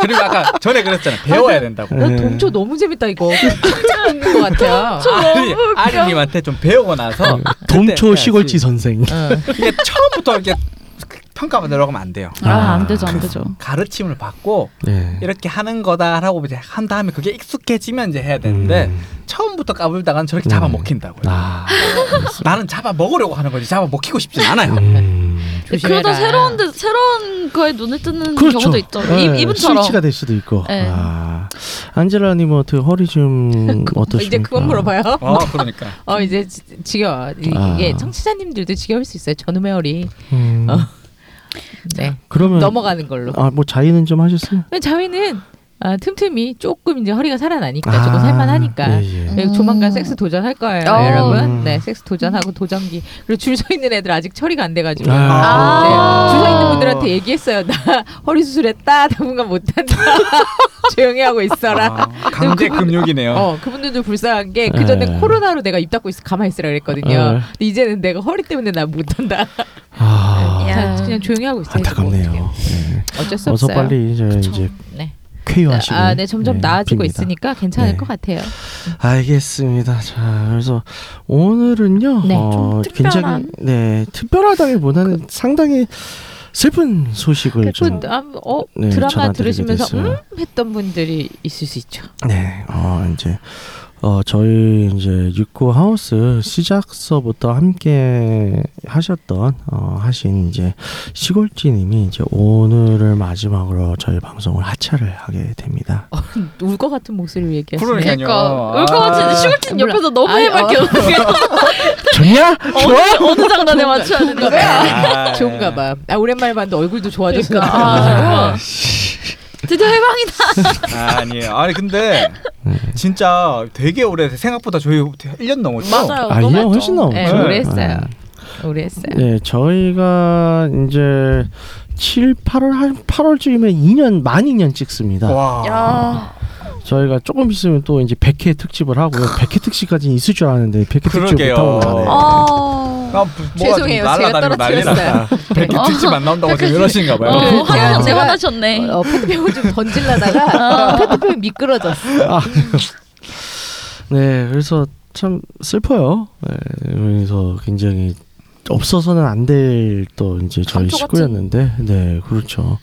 Speaker 3: 그리고 아까 전에 그랬잖아. 배워야 된다고.
Speaker 2: 나
Speaker 4: 네.
Speaker 2: 동초 너무 재밌다 이거. 깜짝 놀는 것 같아요.
Speaker 3: 아리, 아리님한테 좀 배우고 나서 그때
Speaker 4: 음, 돔초
Speaker 3: 해야지.
Speaker 4: 시골지 선생.
Speaker 2: 어.
Speaker 3: 이게 처음부터 이렇게 평가받으려고 하면 안 돼요.
Speaker 5: 아 안 되죠 안
Speaker 4: 그-
Speaker 5: 되죠.
Speaker 3: 가르침을 받고
Speaker 4: 네.
Speaker 3: 이렇게 하는 거다라고 이제 한 다음에 그게 익숙해지면 이제 해야 되는데
Speaker 4: 음.
Speaker 3: 처음부터 까불다간 저렇게
Speaker 4: 음.
Speaker 3: 잡아먹힌다고요.
Speaker 5: [laughs]
Speaker 4: 아.
Speaker 3: 나는 잡아먹으려고 하는 거지 잡아먹히고 싶진 않아요.
Speaker 4: 음.
Speaker 2: 조심해라.
Speaker 5: 그러다 새로운 데 새로운 거에 눈을 뜨는
Speaker 4: 그렇죠.
Speaker 5: 경우도 있죠.
Speaker 4: 네,
Speaker 5: 이, 이분처럼
Speaker 4: 스위치가 될 수도 있고.
Speaker 5: 네.
Speaker 4: 아. 안젤라님 어떻게 허리
Speaker 5: [laughs]
Speaker 4: 좀 어떠십니까?
Speaker 2: 이제 그건 물어봐요.
Speaker 3: 어, 그러니까.
Speaker 2: 어 이제 지- 지겨워. 이-
Speaker 4: 아.
Speaker 2: 이게 청취자님들도 지겨울 수 있어요. 저놈의 허리.
Speaker 4: 음.
Speaker 2: 어. 네.
Speaker 4: 그러면
Speaker 2: 넘어가는 걸로.
Speaker 4: 아뭐 자의는 좀 하셨어요?
Speaker 2: 근데 자위는 아, 틈틈이 조금 이제 허리가 살아나니까
Speaker 4: 아,
Speaker 2: 조금 살만하니까.
Speaker 4: 예, 예.
Speaker 5: 음.
Speaker 2: 네, 조만간 섹스 도전할 거예요,
Speaker 5: 어.
Speaker 2: 여러분.
Speaker 4: 음.
Speaker 2: 네, 섹스 도전하고 도전기. 그리고 줄 서 있는 애들 아직 처리가 안 돼가지고.
Speaker 4: 아.
Speaker 2: 네, 줄 서 있는 분들한테 얘기했어요. 나 [laughs] 허리 수술했다. 당분간 못한다. [laughs] 조용히 하고 있어라.
Speaker 3: 아, 강제 금욕이네요.
Speaker 2: 어, 그분들도 불쌍한 게 그 전에
Speaker 4: 네.
Speaker 2: 코로나로 내가 입 닫고 있어 가만히 있으라 그랬거든요.
Speaker 4: 네.
Speaker 2: 근데 이제는 내가 허리 때문에 나 못한다.
Speaker 4: 아.
Speaker 5: 야.
Speaker 2: 그냥 조용히 하고 있어요.
Speaker 4: 안타깝네요.
Speaker 2: 지금
Speaker 4: 네.
Speaker 2: 어떻게. 어쩔 수
Speaker 4: 어서
Speaker 2: 없어요.
Speaker 4: 빨리 이제
Speaker 5: 그쵸.
Speaker 4: 이제
Speaker 2: 네.
Speaker 4: 쾌유하시고.
Speaker 2: 아, 네, 점점 나아지고 있으니까 괜찮을
Speaker 4: 네.
Speaker 2: 것 같아요.
Speaker 4: 알겠습니다. 자, 그래서 오늘은요.
Speaker 2: 네,
Speaker 4: 어,
Speaker 5: 좀
Speaker 4: 굉장히
Speaker 5: 특별한.
Speaker 4: 네 특별하다기보다는 상당히 슬픈 소식을 좀.
Speaker 2: 그, 아, 어,
Speaker 4: 그렇죠. 네,
Speaker 2: 드라마
Speaker 4: 전화드리게
Speaker 2: 들으시면서
Speaker 4: 됐어요.
Speaker 2: 음 했던 분들이 있을 수 있죠.
Speaker 4: 네, 어 이제 어 저희 이제 육구 하우스 시작서부터 함께 하셨던 어 하신 이제 시골지님이 이제 오늘을 마지막으로 저희 방송을 하차를 하게 됩니다.
Speaker 5: 어,
Speaker 2: 울 것 같은 목소리로 얘기하시네.
Speaker 3: 그러니까요.
Speaker 5: 그러니까 울것
Speaker 4: 아.
Speaker 5: 같은데 슈글틴
Speaker 2: 몰라.
Speaker 5: 옆에서 너무
Speaker 2: 아니,
Speaker 5: 해맑게
Speaker 2: 어.
Speaker 5: 웃는 게
Speaker 4: 좋냐?
Speaker 5: 네. 어느, 어느
Speaker 2: [laughs]
Speaker 5: 장단에 맞춰야 된다.
Speaker 3: 아,
Speaker 2: 네. 좋은가 봐. 아, 오랜만에 봤는데 얼굴도 좋아졌어.
Speaker 5: 아, 드디어 해방이다.
Speaker 3: 아, 아니에요. 아니 근데 진짜 되게 오래 생각보다 저희 1년 넘었죠.
Speaker 5: 맞아요.
Speaker 4: 아,
Speaker 5: 너무
Speaker 4: 이형 훨씬
Speaker 5: 했죠.
Speaker 4: 나오죠.
Speaker 2: 네,
Speaker 3: 오래
Speaker 2: 했어요. 오래 했어요.
Speaker 4: 네, 저희가 이제 7, 8월 한 8월쯤에 2년 만 2년 찍습니다.
Speaker 3: 와.
Speaker 2: 아.
Speaker 5: 야,
Speaker 4: 저희가 조금 있으면 또 이제 100회 특집을 하고요. 100회 특집까지는 있을 줄 알았는데 100회 특집
Speaker 3: 그러게요.
Speaker 4: 못 하고 가네.
Speaker 5: 아. 어.
Speaker 3: 아, 부- 뭐가
Speaker 2: 죄송해요.
Speaker 3: 좀
Speaker 2: 제가
Speaker 3: 날라다니고 난리났다.
Speaker 2: 떨어뜨렸어요.
Speaker 3: 백기 특집 안 나온다고 지금 이러신가
Speaker 5: 어,
Speaker 3: 봐요.
Speaker 2: 네, 제가-
Speaker 5: 화가
Speaker 2: 제가-
Speaker 5: 나셨네.
Speaker 2: 어, 페트병을 좀 던질라다가
Speaker 5: 어.
Speaker 2: 페트병이 미끄러졌어.
Speaker 4: 네, 그래서 참 슬퍼요. 네, 그래서 굉장히 없어서는 안 될 또 이제 저희
Speaker 5: 감초같이.
Speaker 4: 식구였는데 네 그렇죠.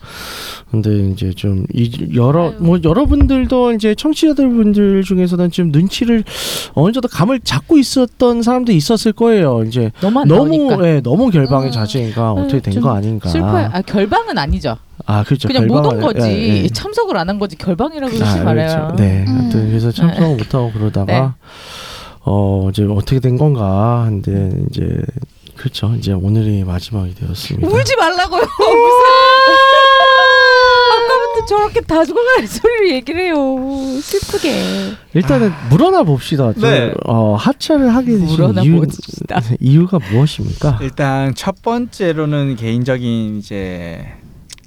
Speaker 4: 근데 이제 좀 이 여러
Speaker 5: 아유.
Speaker 4: 뭐 여러분들도 이제 청취자들 분들 중에서는 지금 눈치를 어느 정도 감을 잡고 있었던 사람도 있었을 거예요. 이제
Speaker 2: 너만
Speaker 4: 너무
Speaker 2: 아, 나오니까 아.
Speaker 4: 예, 너무 결방의
Speaker 5: 음.
Speaker 4: 자체가 어떻게 된
Speaker 2: 좀
Speaker 4: 거 아닌가.
Speaker 2: 슬퍼요. 아 결방은 아니죠.
Speaker 4: 아 그렇죠.
Speaker 2: 그냥 못 온
Speaker 4: 결방을-
Speaker 2: 거지
Speaker 4: 예, 예.
Speaker 2: 참석을 안 한 거지 결방이라고 그러지
Speaker 4: 아,
Speaker 2: 말아요.
Speaker 4: 그렇죠. 네.
Speaker 5: 음.
Speaker 4: 하여튼 그래서 참석을 못 하고 그러다가
Speaker 2: 네.
Speaker 4: 어 이제 어떻게 된 건가 근데 이제 그렇죠. 이제 오늘이 마지막이 되었습니다.
Speaker 2: 울지 말라고요. 무슨 [laughs] 아까부터 저렇게 다 죽어갈 소리를 얘기를 해요. 슬프게.
Speaker 4: 일단은 물어나 봅시다. 저,
Speaker 3: 네.
Speaker 4: 어 하차를 하게 되신
Speaker 2: 아. 물어나
Speaker 4: 이유
Speaker 2: 봅시다.
Speaker 4: 이유가 무엇입니까?
Speaker 3: 일단 첫 번째로는 개인적인 이제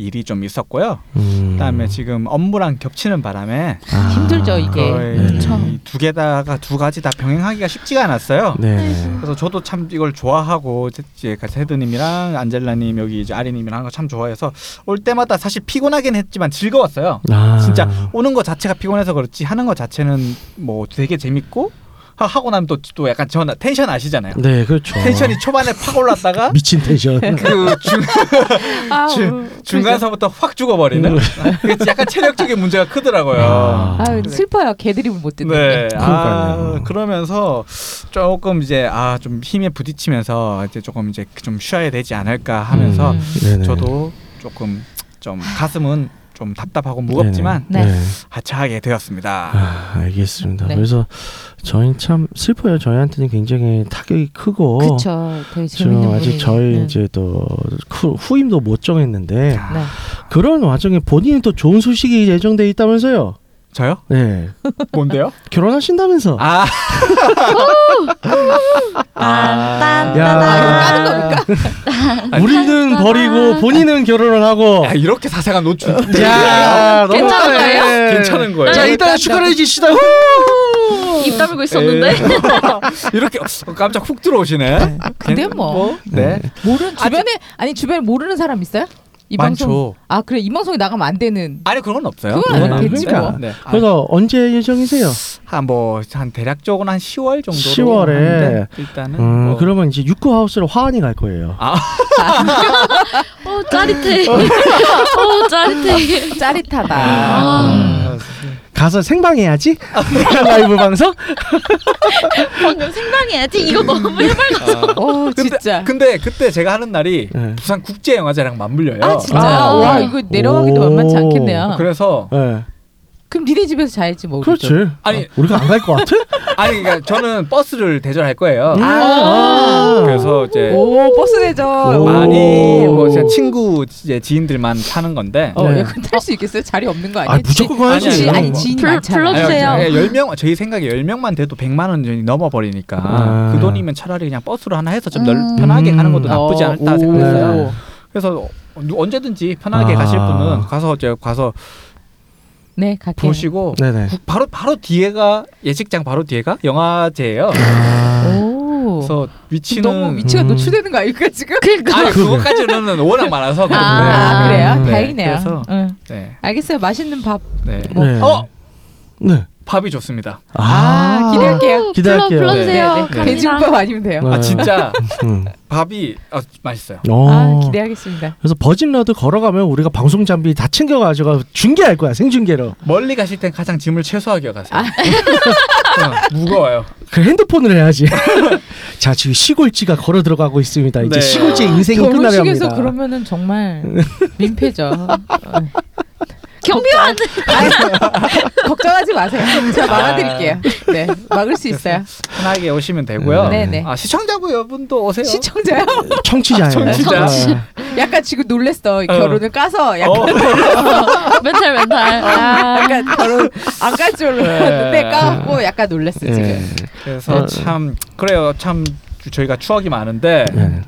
Speaker 3: 일이 좀 있었고요.
Speaker 4: 음.
Speaker 3: 그다음에 지금 업무랑 겹치는 바람에
Speaker 4: 아,
Speaker 2: 힘들죠, 이게.
Speaker 3: 거의
Speaker 4: 네.
Speaker 3: 두 개다가 두 가지 다 병행하기가 쉽지가 않았어요.
Speaker 4: 네.
Speaker 3: 그래서 저도 참 이걸 좋아하고 이제 같이 헤드님이랑 안젤라님 여기 이제 아리님이랑 한 거 참 좋아해서 올 때마다 사실 피곤하긴 했지만 즐거웠어요.
Speaker 4: 아.
Speaker 3: 진짜 오는 거 자체가 피곤해서 그렇지 하는 거 자체는 뭐 되게 재밌고 하- 하고 나면 또 또 약간 전 텐션 아시잖아요.
Speaker 4: 네 그렇죠.
Speaker 3: 텐션이 초반에 팍 올랐다가
Speaker 4: 미친 텐션.
Speaker 3: 그 중,
Speaker 2: 아, 음,
Speaker 3: 중, 중간서부터 확 죽어버리는
Speaker 4: 음.
Speaker 3: 그게 약간 체력적인 문제가 크더라고요.
Speaker 4: 아.
Speaker 2: 아 슬퍼요. 개드립을 못 듣는 게.
Speaker 3: 네. 아,
Speaker 4: 그러니까요. 음.
Speaker 3: 그러면서 조금 이제 아 좀 힘에 부딪히면서 이제 조금 이제 좀 쉬어야 되지 않을까 하면서
Speaker 2: 음.
Speaker 4: 네네.
Speaker 3: 저도 조금 좀 가슴은 좀 답답하고 무겁지만
Speaker 2: 네.
Speaker 4: 네네. 네.
Speaker 3: 하차하게 되었습니다.
Speaker 4: 아, 알겠습니다.
Speaker 2: 네.
Speaker 4: 그래서 저희 참 슬퍼요. 저희한테는 굉장히 타격이 크고
Speaker 2: 어. 그쵸. 되게 재밌는
Speaker 4: 지금
Speaker 2: 분이.
Speaker 4: 아직 저희
Speaker 2: 네.
Speaker 4: 이제 또 후- 후임도 못 정했는데
Speaker 2: 네.
Speaker 4: 그런 와중에 본인은 또 좋은 소식이 예정돼 있다면서요.
Speaker 3: 저요?
Speaker 4: 네.
Speaker 3: 뭔데요?
Speaker 4: 결혼하신다면서.
Speaker 3: 아, 아.
Speaker 5: 아, 딴, 아,
Speaker 4: 야.
Speaker 5: 따단.
Speaker 2: 이거 까는
Speaker 4: 우리는
Speaker 5: 아니,
Speaker 4: 버리고 본인은 결혼을 하고.
Speaker 3: 야, 이렇게 사생활 노출.
Speaker 4: 야,
Speaker 5: 괜찮은
Speaker 4: 너무하네.
Speaker 3: 괜찮은 거예요?
Speaker 4: 자, 일단 축하를 해주시다. 후!
Speaker 5: 입 다물고 있었는데
Speaker 3: 예. [laughs] 이렇게 어, 깜짝 훅 들어오시네.
Speaker 2: 근데 뭐
Speaker 3: 네.
Speaker 2: 모르는 주변에 아니 주변에 모르는 사람 있어요? 이
Speaker 3: 많죠.
Speaker 2: 방송. 아 그래 이 방송에 나가면 안 되는.
Speaker 3: 아니 그건 없어요.
Speaker 2: 그건
Speaker 4: 안 되지
Speaker 3: 그러니까.
Speaker 4: 뭐.
Speaker 3: 네. 아,
Speaker 4: 그래서 언제 예정이세요?
Speaker 3: 한뭐한 대략적으로 한 10월 정도로
Speaker 4: 10월 에.
Speaker 3: 하는데 일단은
Speaker 4: 음,
Speaker 3: 뭐
Speaker 4: 그러면 이제 육구 하우스로 화환이 갈 거예요.
Speaker 5: 어 짜릿해 어 짜릿해
Speaker 2: 짜릿하다.
Speaker 5: 아.
Speaker 4: 가서 생방해야지. [laughs] 라이브 방송.
Speaker 5: 방금 생방해야지 이거 뭐 너무 해맑아
Speaker 2: 어 진짜.
Speaker 3: 근데 그때 제가 하는 날이
Speaker 4: 네.
Speaker 3: 부산 국제 영화제랑 맞물려요.
Speaker 2: 아 진짜.
Speaker 5: 아,
Speaker 2: 와
Speaker 5: 네.
Speaker 2: 이거 내려가기도
Speaker 4: 오.
Speaker 2: 만만치 않겠네요.
Speaker 3: 그래서
Speaker 4: 네.
Speaker 2: 그럼 니네 집에서 자야지 뭐. 우리도.
Speaker 4: 그렇지.
Speaker 3: 아니.
Speaker 4: 우리가 안 갈 것 같아?
Speaker 3: 아니 그러니까 저는 버스를 대절할 거예요.
Speaker 4: 음.
Speaker 2: 아.
Speaker 3: 그래서 이제
Speaker 2: 오 버스 대전.
Speaker 4: 오.
Speaker 3: 많이 뭐 제가 친구 이제 지인들만 타는 건데
Speaker 2: 어,
Speaker 4: 네.
Speaker 2: 약간 탈수 있겠어요? 자리 없는 거
Speaker 4: 아,
Speaker 2: 아니에요?
Speaker 4: 무조건
Speaker 3: 아니,
Speaker 4: 가야지. 어.
Speaker 2: 지,
Speaker 3: 아니에요.
Speaker 2: 아니 지인
Speaker 5: 불-
Speaker 2: 많잖아.
Speaker 5: 불러주세요. 주세요.
Speaker 3: 아니, 열 명 저희 생각에 열 명만 돼도 100만 원이 넘어 버리니까
Speaker 4: 아.
Speaker 3: 그 돈이면 차라리 그냥 버스로 하나 해서 좀
Speaker 5: 음.
Speaker 3: 널, 편하게 가는 것도
Speaker 4: 음.
Speaker 3: 나쁘지
Speaker 2: 어,
Speaker 3: 않다
Speaker 2: 오.
Speaker 3: 생각했어요.
Speaker 4: 네.
Speaker 3: 그래서 어, 누- 언제든지 편하게
Speaker 4: 아.
Speaker 3: 가실 분은 가서 이제 가서
Speaker 2: 네 갈게요.
Speaker 3: 보시고
Speaker 4: 네네.
Speaker 3: 구- 바로 바로 뒤에가 예식장 바로 뒤에가 영화제예요.
Speaker 4: 아.
Speaker 2: 오.
Speaker 3: 그래서 위치는
Speaker 2: 너무 위치가
Speaker 4: 음.
Speaker 2: 노출되는 거 아닐까 지금?
Speaker 5: 그러니까.
Speaker 3: 아니 그거까지는 워낙 많아서
Speaker 2: 아,
Speaker 3: 그런데.
Speaker 2: 아, 그래요?
Speaker 4: 네,
Speaker 2: 다행이네요.
Speaker 3: 그래서-
Speaker 2: 응.
Speaker 3: 네.
Speaker 2: 알겠어요. 맛있는 밥.
Speaker 3: 네.
Speaker 2: 뭐.
Speaker 4: 네.
Speaker 3: 어
Speaker 4: 네.
Speaker 3: 밥이 좋습니다.
Speaker 2: 아, 기대할게요.
Speaker 4: 기대할게요.
Speaker 5: 불러, 불러주세요
Speaker 3: 네, 네, 네.
Speaker 5: 갑니다.
Speaker 2: 돼지국밥 아니면 돼요.
Speaker 4: 네.
Speaker 3: 아 진짜
Speaker 4: 음.
Speaker 3: 밥이 아, 맛있어요.
Speaker 4: 어.
Speaker 2: 아 기대하겠습니다.
Speaker 4: 그래서 버진러드 걸어가면 우리가 방송 장비 다 챙겨가지고 중계할 거야 생중계로.
Speaker 3: 멀리 가실 땐 가장 짐을 최소하게
Speaker 2: 아.
Speaker 3: 가세요. [laughs] 어, 무거워요.
Speaker 4: 그 핸드폰을 해야지. [laughs] 자 지금 시골지가 걸어 들어가고 있습니다. 이제
Speaker 3: 네.
Speaker 4: 시골지 인생이 끝나려 합니다.
Speaker 2: 결혼식에서 그러면은
Speaker 3: [laughs]
Speaker 2: 정말 민폐죠. 어.
Speaker 5: 경비원
Speaker 2: 걱정하지 마세요. 제가
Speaker 3: 아.
Speaker 2: 막아드릴게요. 네, 막을 수 있어요.
Speaker 3: 편하게 오시면 되고요.
Speaker 2: 네, 네.
Speaker 3: 아 시청자분 여러분도 오세요.
Speaker 2: 시청자요?
Speaker 4: 청취자예요. 네.
Speaker 3: 아, 청취자.
Speaker 2: 약간 지금 놀랬어. 이
Speaker 3: 어.
Speaker 2: 결혼을 까서 약간
Speaker 3: 어,
Speaker 5: 멘탈 멘탈
Speaker 2: 아, [laughs] 약간 결혼 안 깔 줄 알았는데
Speaker 3: 네.
Speaker 2: 까고 약간 놀랬어
Speaker 4: 예.
Speaker 2: 지금.
Speaker 4: 어.
Speaker 3: 그래서 참 그래요. 참 저희가 추억이 많은데.
Speaker 4: 예.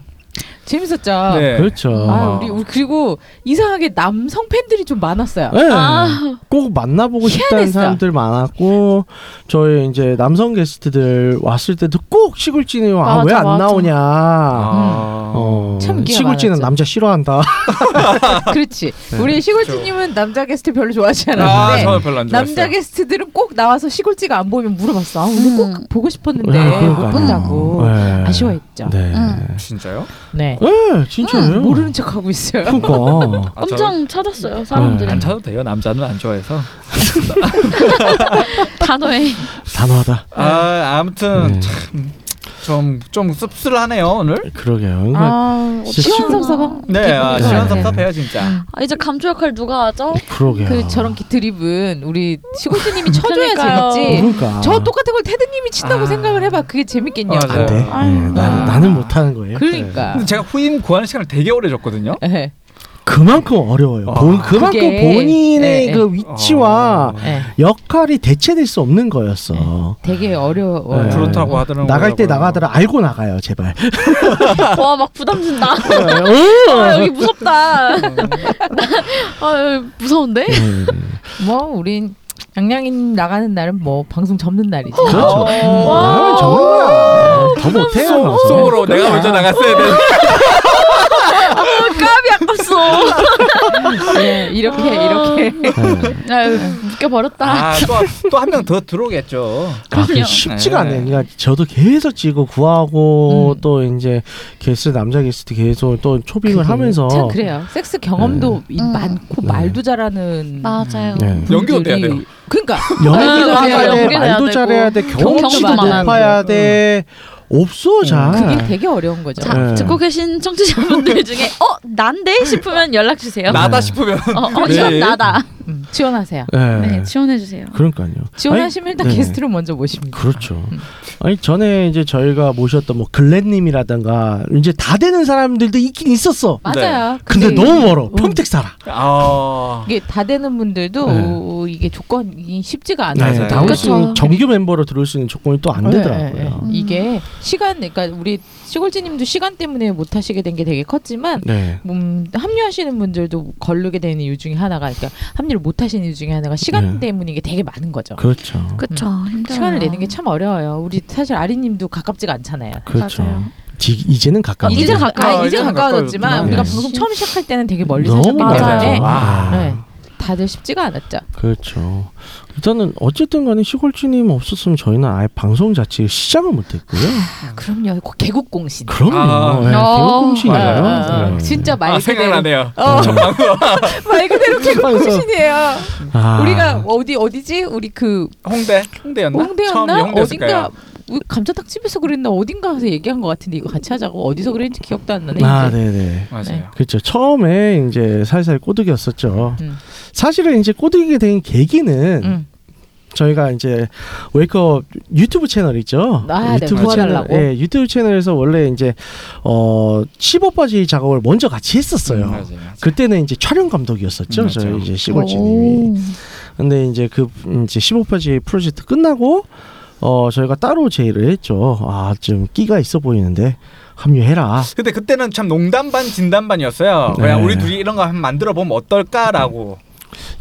Speaker 2: 재밌었죠.
Speaker 3: 네.
Speaker 4: 그렇죠.
Speaker 2: 아 우리, 우리 그리고 이상하게 남성 팬들이 좀 많았어요.
Speaker 3: 네.
Speaker 4: 예.
Speaker 5: 아.
Speaker 4: 꼭 만나보고 싶다는
Speaker 2: 희한했어.
Speaker 4: 사람들 많았고 저희 이제 남성 게스트들 왔을 때도 꼭 시골지는 아 왜
Speaker 5: 맞아,
Speaker 4: 안
Speaker 5: 맞아.
Speaker 4: 나오냐.
Speaker 3: 아.
Speaker 4: 음. 어,
Speaker 2: 참 인기가
Speaker 4: 시골지는
Speaker 2: 많았죠.
Speaker 4: 남자 싫어한다.
Speaker 2: 그렇지.
Speaker 4: 네.
Speaker 2: 우리 시골지님은 남자 게스트 별로 좋아하지
Speaker 3: 그렇죠. 아,
Speaker 2: 않았는데
Speaker 3: 저는 별로 안 좋아했어요.
Speaker 2: 남자 게스트들은 꼭 나와서 시골지가 안 보이면 물어봤어. 아, 오늘
Speaker 5: 음.
Speaker 2: 꼭 보고 싶었는데
Speaker 4: 아,
Speaker 2: 못
Speaker 4: 그러니까요.
Speaker 2: 본다고.
Speaker 4: 예.
Speaker 2: 아, 아쉬워했죠. 네.
Speaker 4: 네.
Speaker 5: 응.
Speaker 3: 진짜요?
Speaker 4: 네, 진짜예요.
Speaker 2: 모르는 척 하고 있어요. [laughs]
Speaker 4: 그러니까.
Speaker 3: 아, 저는
Speaker 5: 엄청 찾았어요 사람들이
Speaker 3: 안 차도 돼요. 남자는 안 좋아해서.
Speaker 5: 단어에
Speaker 4: 단호하다.
Speaker 3: 아 아무튼
Speaker 4: 네.
Speaker 3: 참 좀 좀 씁쓸하네요 오늘.
Speaker 4: 그러게요.
Speaker 5: 아
Speaker 4: 음. 진짜
Speaker 2: 시원섭섭한
Speaker 3: 네, 아,
Speaker 2: 네.
Speaker 3: 시원섭섭해요
Speaker 2: 음.
Speaker 3: 진짜.
Speaker 5: 아, 이제 감초 역할
Speaker 4: [laughs]
Speaker 5: 누가 하죠?
Speaker 4: 그러니까, 그러게요. 어,
Speaker 2: 그 저런 기- 드립은 우리
Speaker 5: [laughs]
Speaker 2: 시골지님이 쳐줘야
Speaker 5: 그러니까요.
Speaker 2: 재밌지.
Speaker 4: 그러니까.
Speaker 2: 저 똑같은 걸 테드님이 친다고
Speaker 3: 아.
Speaker 2: 생각을 해봐. 그게 재밌겠냐?
Speaker 3: 아,
Speaker 4: 안 돼. 네,
Speaker 5: 아유.
Speaker 4: 나는, 나는 못하는 거예요.
Speaker 2: 그러니까.
Speaker 3: 근데 제가 후임 구하는 시간을 되게 오래 줬거든요.
Speaker 2: 예.
Speaker 4: 네. 그만큼 어려워요.
Speaker 3: 아.
Speaker 4: 본, 그만큼
Speaker 2: 그게-
Speaker 4: 본인의
Speaker 2: 네,
Speaker 4: 그
Speaker 3: 어,
Speaker 4: 위치와
Speaker 2: 예.
Speaker 4: 역할이 대체될 수 없는 거였어.
Speaker 2: 되게 어려워.
Speaker 3: 네.
Speaker 4: 네.
Speaker 3: 그렇다고 하더라고요.
Speaker 4: 나갈 때 나가더라 알고 나가요 제발.
Speaker 5: 와 막 부담진다 아
Speaker 4: 어.
Speaker 5: 여기 무섭다 아 여기 무서운데?
Speaker 4: 네.
Speaker 2: 뭐 우린 양양이님 나가는 날은 뭐 방송 접는 날이지.
Speaker 4: 그렇죠. 아, 저런 거야. 더 못해요. 방송.
Speaker 3: 속으로 내가
Speaker 4: 그러니까.
Speaker 3: 먼저 나갔어야 되는.
Speaker 5: 까비 아깝소
Speaker 2: 예, 이렇게
Speaker 5: 아.
Speaker 2: 이렇게.
Speaker 4: 네.
Speaker 5: 아유 묶여버렸다
Speaker 3: 아또또한 명 더 들어오겠죠.
Speaker 4: 아, 그게
Speaker 5: 그럼요.
Speaker 4: 쉽지가
Speaker 3: 네.
Speaker 4: 않아요. 그러니까 저도 계속 지고 구하고
Speaker 2: 음.
Speaker 4: 또 이제 게스트 남자 게스트 계속 또 초빙을
Speaker 2: 그게
Speaker 4: 하면서
Speaker 2: 참 그래요. 섹스 경험도 이-
Speaker 5: 음.
Speaker 2: 많고
Speaker 4: 네.
Speaker 2: 말도 잘하는
Speaker 5: 맞아요
Speaker 4: 네.
Speaker 2: 분들이-
Speaker 3: 연기도 돼야 돼요.
Speaker 2: 그러니까
Speaker 4: 연기도
Speaker 5: 연기도
Speaker 4: 해야
Speaker 5: 해야
Speaker 4: 돼,
Speaker 5: 되고.
Speaker 4: 말도 잘해야 돼, 경험치도
Speaker 5: 경험치도
Speaker 4: 높아야
Speaker 2: 많아야 음.
Speaker 4: 돼. 없어 잘.
Speaker 2: 그게 되게 어려운 거죠.
Speaker 5: 자
Speaker 4: 네.
Speaker 5: 듣고 계신 청취자분들
Speaker 2: [laughs]
Speaker 5: 중에 어 난데 싶으면 연락 주세요
Speaker 3: 나다 싶으면
Speaker 5: 어, 어
Speaker 3: 네.
Speaker 5: 지원 나다
Speaker 2: 음, 지원하세요.
Speaker 4: 네.
Speaker 5: 네 지원해 주세요
Speaker 4: 그러니까요.
Speaker 2: 지원하시면 일단
Speaker 4: 네.
Speaker 2: 게스트를 먼저 모십니다.
Speaker 4: 그렇죠.
Speaker 2: 음.
Speaker 4: 아니 전에 이제 저희가 모셨던 뭐 글렌님이라든가 이제 다 되는 사람들도 있긴 있었어.
Speaker 2: 맞아요.
Speaker 4: 근데, 너무 멀어.
Speaker 2: 네. 음.
Speaker 4: 평택 살아.
Speaker 3: 아
Speaker 2: 이게 다 되는 분들도
Speaker 4: 네.
Speaker 2: 오, 이게 조건이 쉽지가 않아요.
Speaker 3: 맞아요.
Speaker 4: 네, 나올 수 있는
Speaker 5: 그렇죠.
Speaker 4: 정규 멤버로 들어올 수 있는 조건이 또 안
Speaker 2: 음. 네,
Speaker 4: 되더라고요.
Speaker 2: 네, 네.
Speaker 5: 음.
Speaker 2: 이게 시간, 그러니까 우리 시골지님도 시간 때문에 못 하시게 된 게 되게 컸지만
Speaker 4: 네.
Speaker 2: 음, 합류하시는 분들도 걸르게 되는 이유 중에 하나가, 그러니까 합류를 못 하시는 이유 중에 하나가 시간
Speaker 4: 네.
Speaker 2: 때문인 게 되게 많은 거죠.
Speaker 4: 그렇죠.
Speaker 5: 그쵸 힘들어요
Speaker 2: 음. 시간을 내는
Speaker 4: 음.
Speaker 2: 게 참 어려워요. 우리 사실 아리님도 가깝지가 않잖아요.
Speaker 4: 그렇죠.
Speaker 5: 맞아요.
Speaker 4: 지, 이제는 가까워.
Speaker 2: 이제 가, 아,
Speaker 3: 아,
Speaker 2: 이제
Speaker 3: 이제는
Speaker 2: 가까워졌지만
Speaker 3: 가까워졌구나.
Speaker 2: 우리가
Speaker 4: 네.
Speaker 2: 방송 처음 시작할 때는 되게 멀리
Speaker 4: 너무
Speaker 2: 살았기
Speaker 5: 맞아요.
Speaker 2: 때문에
Speaker 5: 맞아요.
Speaker 4: 와.
Speaker 2: 네. 다들 쉽지가 않았죠.
Speaker 4: 그렇죠. 일단은 어쨌든 간에 시골주님 없었으면 저희는 아예 방송 자체를 시작을 못했고요.
Speaker 2: 아, 그럼요. 곧 개국공신.
Speaker 4: 그럼요.
Speaker 3: 아.
Speaker 4: 예,
Speaker 5: 어.
Speaker 4: 개국공신이에요.
Speaker 2: 아,
Speaker 4: 예.
Speaker 2: 진짜 말
Speaker 3: 아,
Speaker 2: 그대로
Speaker 3: 생각나네요.
Speaker 2: 어,
Speaker 4: 음.
Speaker 2: 말 그대로
Speaker 4: [laughs]
Speaker 2: 개국공신이에요.
Speaker 4: 아.
Speaker 2: 우리가 어디 어디지? 우리 그
Speaker 3: 홍대 홍대였나?
Speaker 2: 홍대였나
Speaker 3: 처음이 홍대였을까요?
Speaker 2: 어딘가 네. 우리 감자탕집에서 그랬나 어딘가 가서 얘기한 것 같은데 이거 같이 하자고 어디서 그랬는지 기억도 안 나네.
Speaker 4: 아,
Speaker 2: 이제.
Speaker 4: 네네.
Speaker 3: 맞아요.
Speaker 4: 그렇죠. 처음에 이제 살살 꼬드겼었죠.
Speaker 2: 음.
Speaker 4: 사실은 이제 꼬드기게 된 계기는
Speaker 2: 음.
Speaker 4: 저희가 이제 웨이크업 유튜브 채널 있죠.
Speaker 2: 아, 네,
Speaker 4: 채널,
Speaker 2: 도와달라고.
Speaker 4: 예, 유튜브 채널에서 원래 이제 어 15바지 작업을 먼저 같이 했었어요.
Speaker 3: 음, 맞아요, 맞아요.
Speaker 4: 그때는 이제 촬영 감독이었었죠.
Speaker 3: 음,
Speaker 4: 저희
Speaker 3: 맞아요.
Speaker 4: 이제 시골지님이. 근데 이제 그 이제 15페이지 프로젝트 끝나고 어 저희가 따로 제의를 했죠. 아 좀 끼가 있어 보이는데 합류해라.
Speaker 3: 근데 그때는 참 농담 반 진담 반이었어요.
Speaker 4: 네.
Speaker 3: 그냥 우리 둘이 이런 거 한번 만들어 보면 어떨까라고.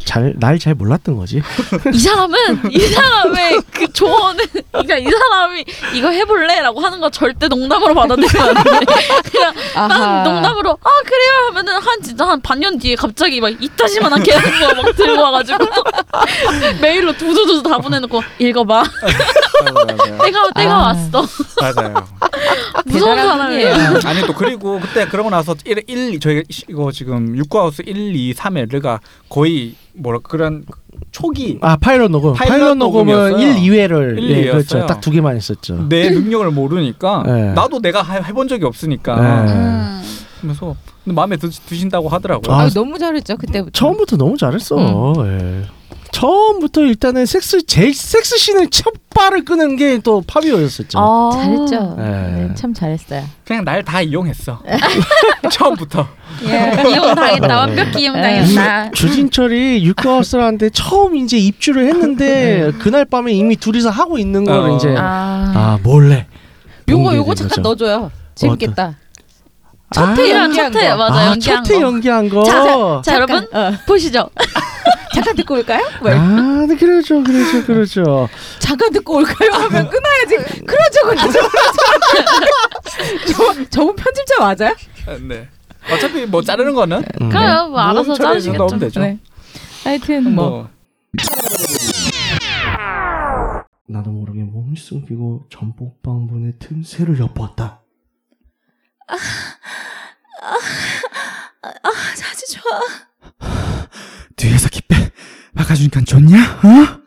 Speaker 4: 잘 날 잘 몰랐던 거지.
Speaker 5: 이 사람은 이 사람의 그 조언은 그러니까 이 사람이 이거 해볼래라고 하는 거 절대 농담으로 받아들이면 안 돼. 그냥 난
Speaker 2: 아하.
Speaker 5: 농담으로 아 그래요 하면은 한 진짜 한 반년 뒤에 갑자기 막 이따시만한 계획서 막 들고 와가지고 [laughs] 메일로 두두두 다 보내놓고 읽어봐
Speaker 4: 네.
Speaker 5: 때가 때가
Speaker 2: 아.
Speaker 5: 왔어
Speaker 3: 맞아요.
Speaker 5: 무서운
Speaker 2: 대단한
Speaker 5: 사람이에요
Speaker 2: 분이에요.
Speaker 3: 아니 또 그리고 그때 그러고 나서 1, 1 저희 이거 지금 6구하우스 1, 2, 3회가 거의 뭐라 그런 초기
Speaker 4: 아 파일럿 녹음.
Speaker 3: 파일럿
Speaker 4: 파일럿 녹음은
Speaker 3: 녹음이었어요.
Speaker 4: 1, 2회를
Speaker 3: 일,
Speaker 4: 예,
Speaker 3: 이회였어요. 네.
Speaker 4: 그렇죠. 딱 두 개만 했었죠.
Speaker 3: 내 능력을 모르니까
Speaker 4: 네.
Speaker 3: 나도 내가 해- 해본 적이 없으니까
Speaker 4: 네.
Speaker 5: 음.
Speaker 3: 그래서 근데 마음에 드, 드신다고 하더라고요.
Speaker 4: 아,
Speaker 2: 아, 너무 잘했죠 그때부터.
Speaker 4: 처음부터 너무 잘했어. 예. 처음부터 일단은 섹스 제일 섹스 씬을 첫 발을 끄는 게 또 파비오였었죠.
Speaker 5: 아.
Speaker 2: 어, 잘했죠.
Speaker 4: 예.
Speaker 2: 네, 참 잘했어요.
Speaker 3: 그냥 날 다 이용했어. [laughs] 처음부터.
Speaker 5: 이용당했다 예. 완벽히 이용당했다
Speaker 4: 음. 주진철이 유쿠하우스라는데 처음 이제 입주를
Speaker 3: [laughs]
Speaker 4: 했는데 그날 밤에 이미 둘이서 하고 있는 걸
Speaker 3: 네. 어.
Speaker 4: 이제 아,
Speaker 5: 아
Speaker 4: 몰래
Speaker 2: 요거
Speaker 4: 공개된
Speaker 2: 요거 잠깐
Speaker 4: 거죠.
Speaker 2: 넣어줘요. 재밌겠다.
Speaker 4: 아,
Speaker 5: 이런
Speaker 2: 연기한
Speaker 5: 첫회
Speaker 2: 거.
Speaker 5: 맞아
Speaker 4: 아,
Speaker 5: 연기한
Speaker 4: 첫회
Speaker 5: 거
Speaker 4: 연기한 거.
Speaker 5: 자, 자 여러분
Speaker 2: 어,
Speaker 5: 보시죠
Speaker 2: [laughs] 잠깐 듣고 올까요? 뭐,
Speaker 4: 아, 네, 그렇죠, 그렇죠, 그렇죠.
Speaker 2: 잠깐 듣고 올까요? 하면 끊어야지. 그러죠, 그러죠. 그러죠. 저, 저분 편집자 맞아요?
Speaker 3: 네. 어차피 뭐 자르는 거는
Speaker 4: 음.
Speaker 5: 그래요 뭐 알아서
Speaker 3: 처리해서
Speaker 5: 짜주시겠죠
Speaker 3: 넣으면 되죠.
Speaker 2: 네. 하여튼 뭐.
Speaker 3: 뭐
Speaker 4: 나도 모르게 몸을 숨기고 전복방문의 틈새를 엿보았다.
Speaker 6: 자주 좋아.
Speaker 3: 뒤에서 기빼 막아주니까 좋냐? 어?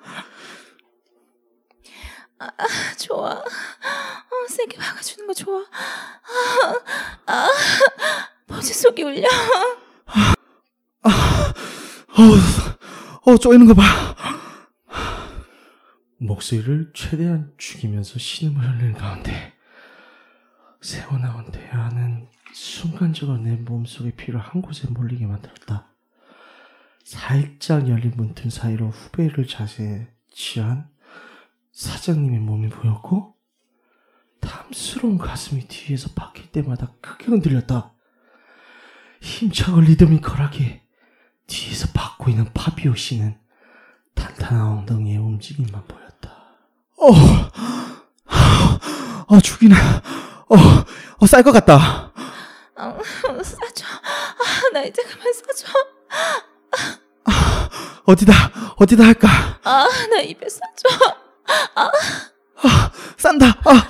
Speaker 6: 좋아. 어, 세게 박아주는 거 좋아. 아,
Speaker 5: 아.
Speaker 6: 아, 버즈 속이 울려.
Speaker 3: 어우, 어 쪼이는 거 봐.
Speaker 4: 목소리를 최대한 죽이면서 신음을 흘리는 가운데 새어나온 대화는 순간적으로 내 몸속의 피를 한 곳에 몰리게 만들었다. 살짝 열린 문틈 사이로 후배를 자세히 취한 사장님의 몸이 보였고 탐스러운 가슴이 뒤에서 박힐 때마다 크게 흔들렸다. 힘차고 리드미컬하게 뒤에서 박고 있는 파비오 씨는 탄탄한 엉덩이의 움직임만 보였다.
Speaker 3: 어, 어 죽이나. 어, 어쌀 것 같다.
Speaker 6: 어, 싸줘. 아, 나 이제 그만 싸줘.
Speaker 3: 어디다, 어디다 할까?
Speaker 6: 아, 나 입에 싸줘. 아.
Speaker 3: 아, 싼다. 아,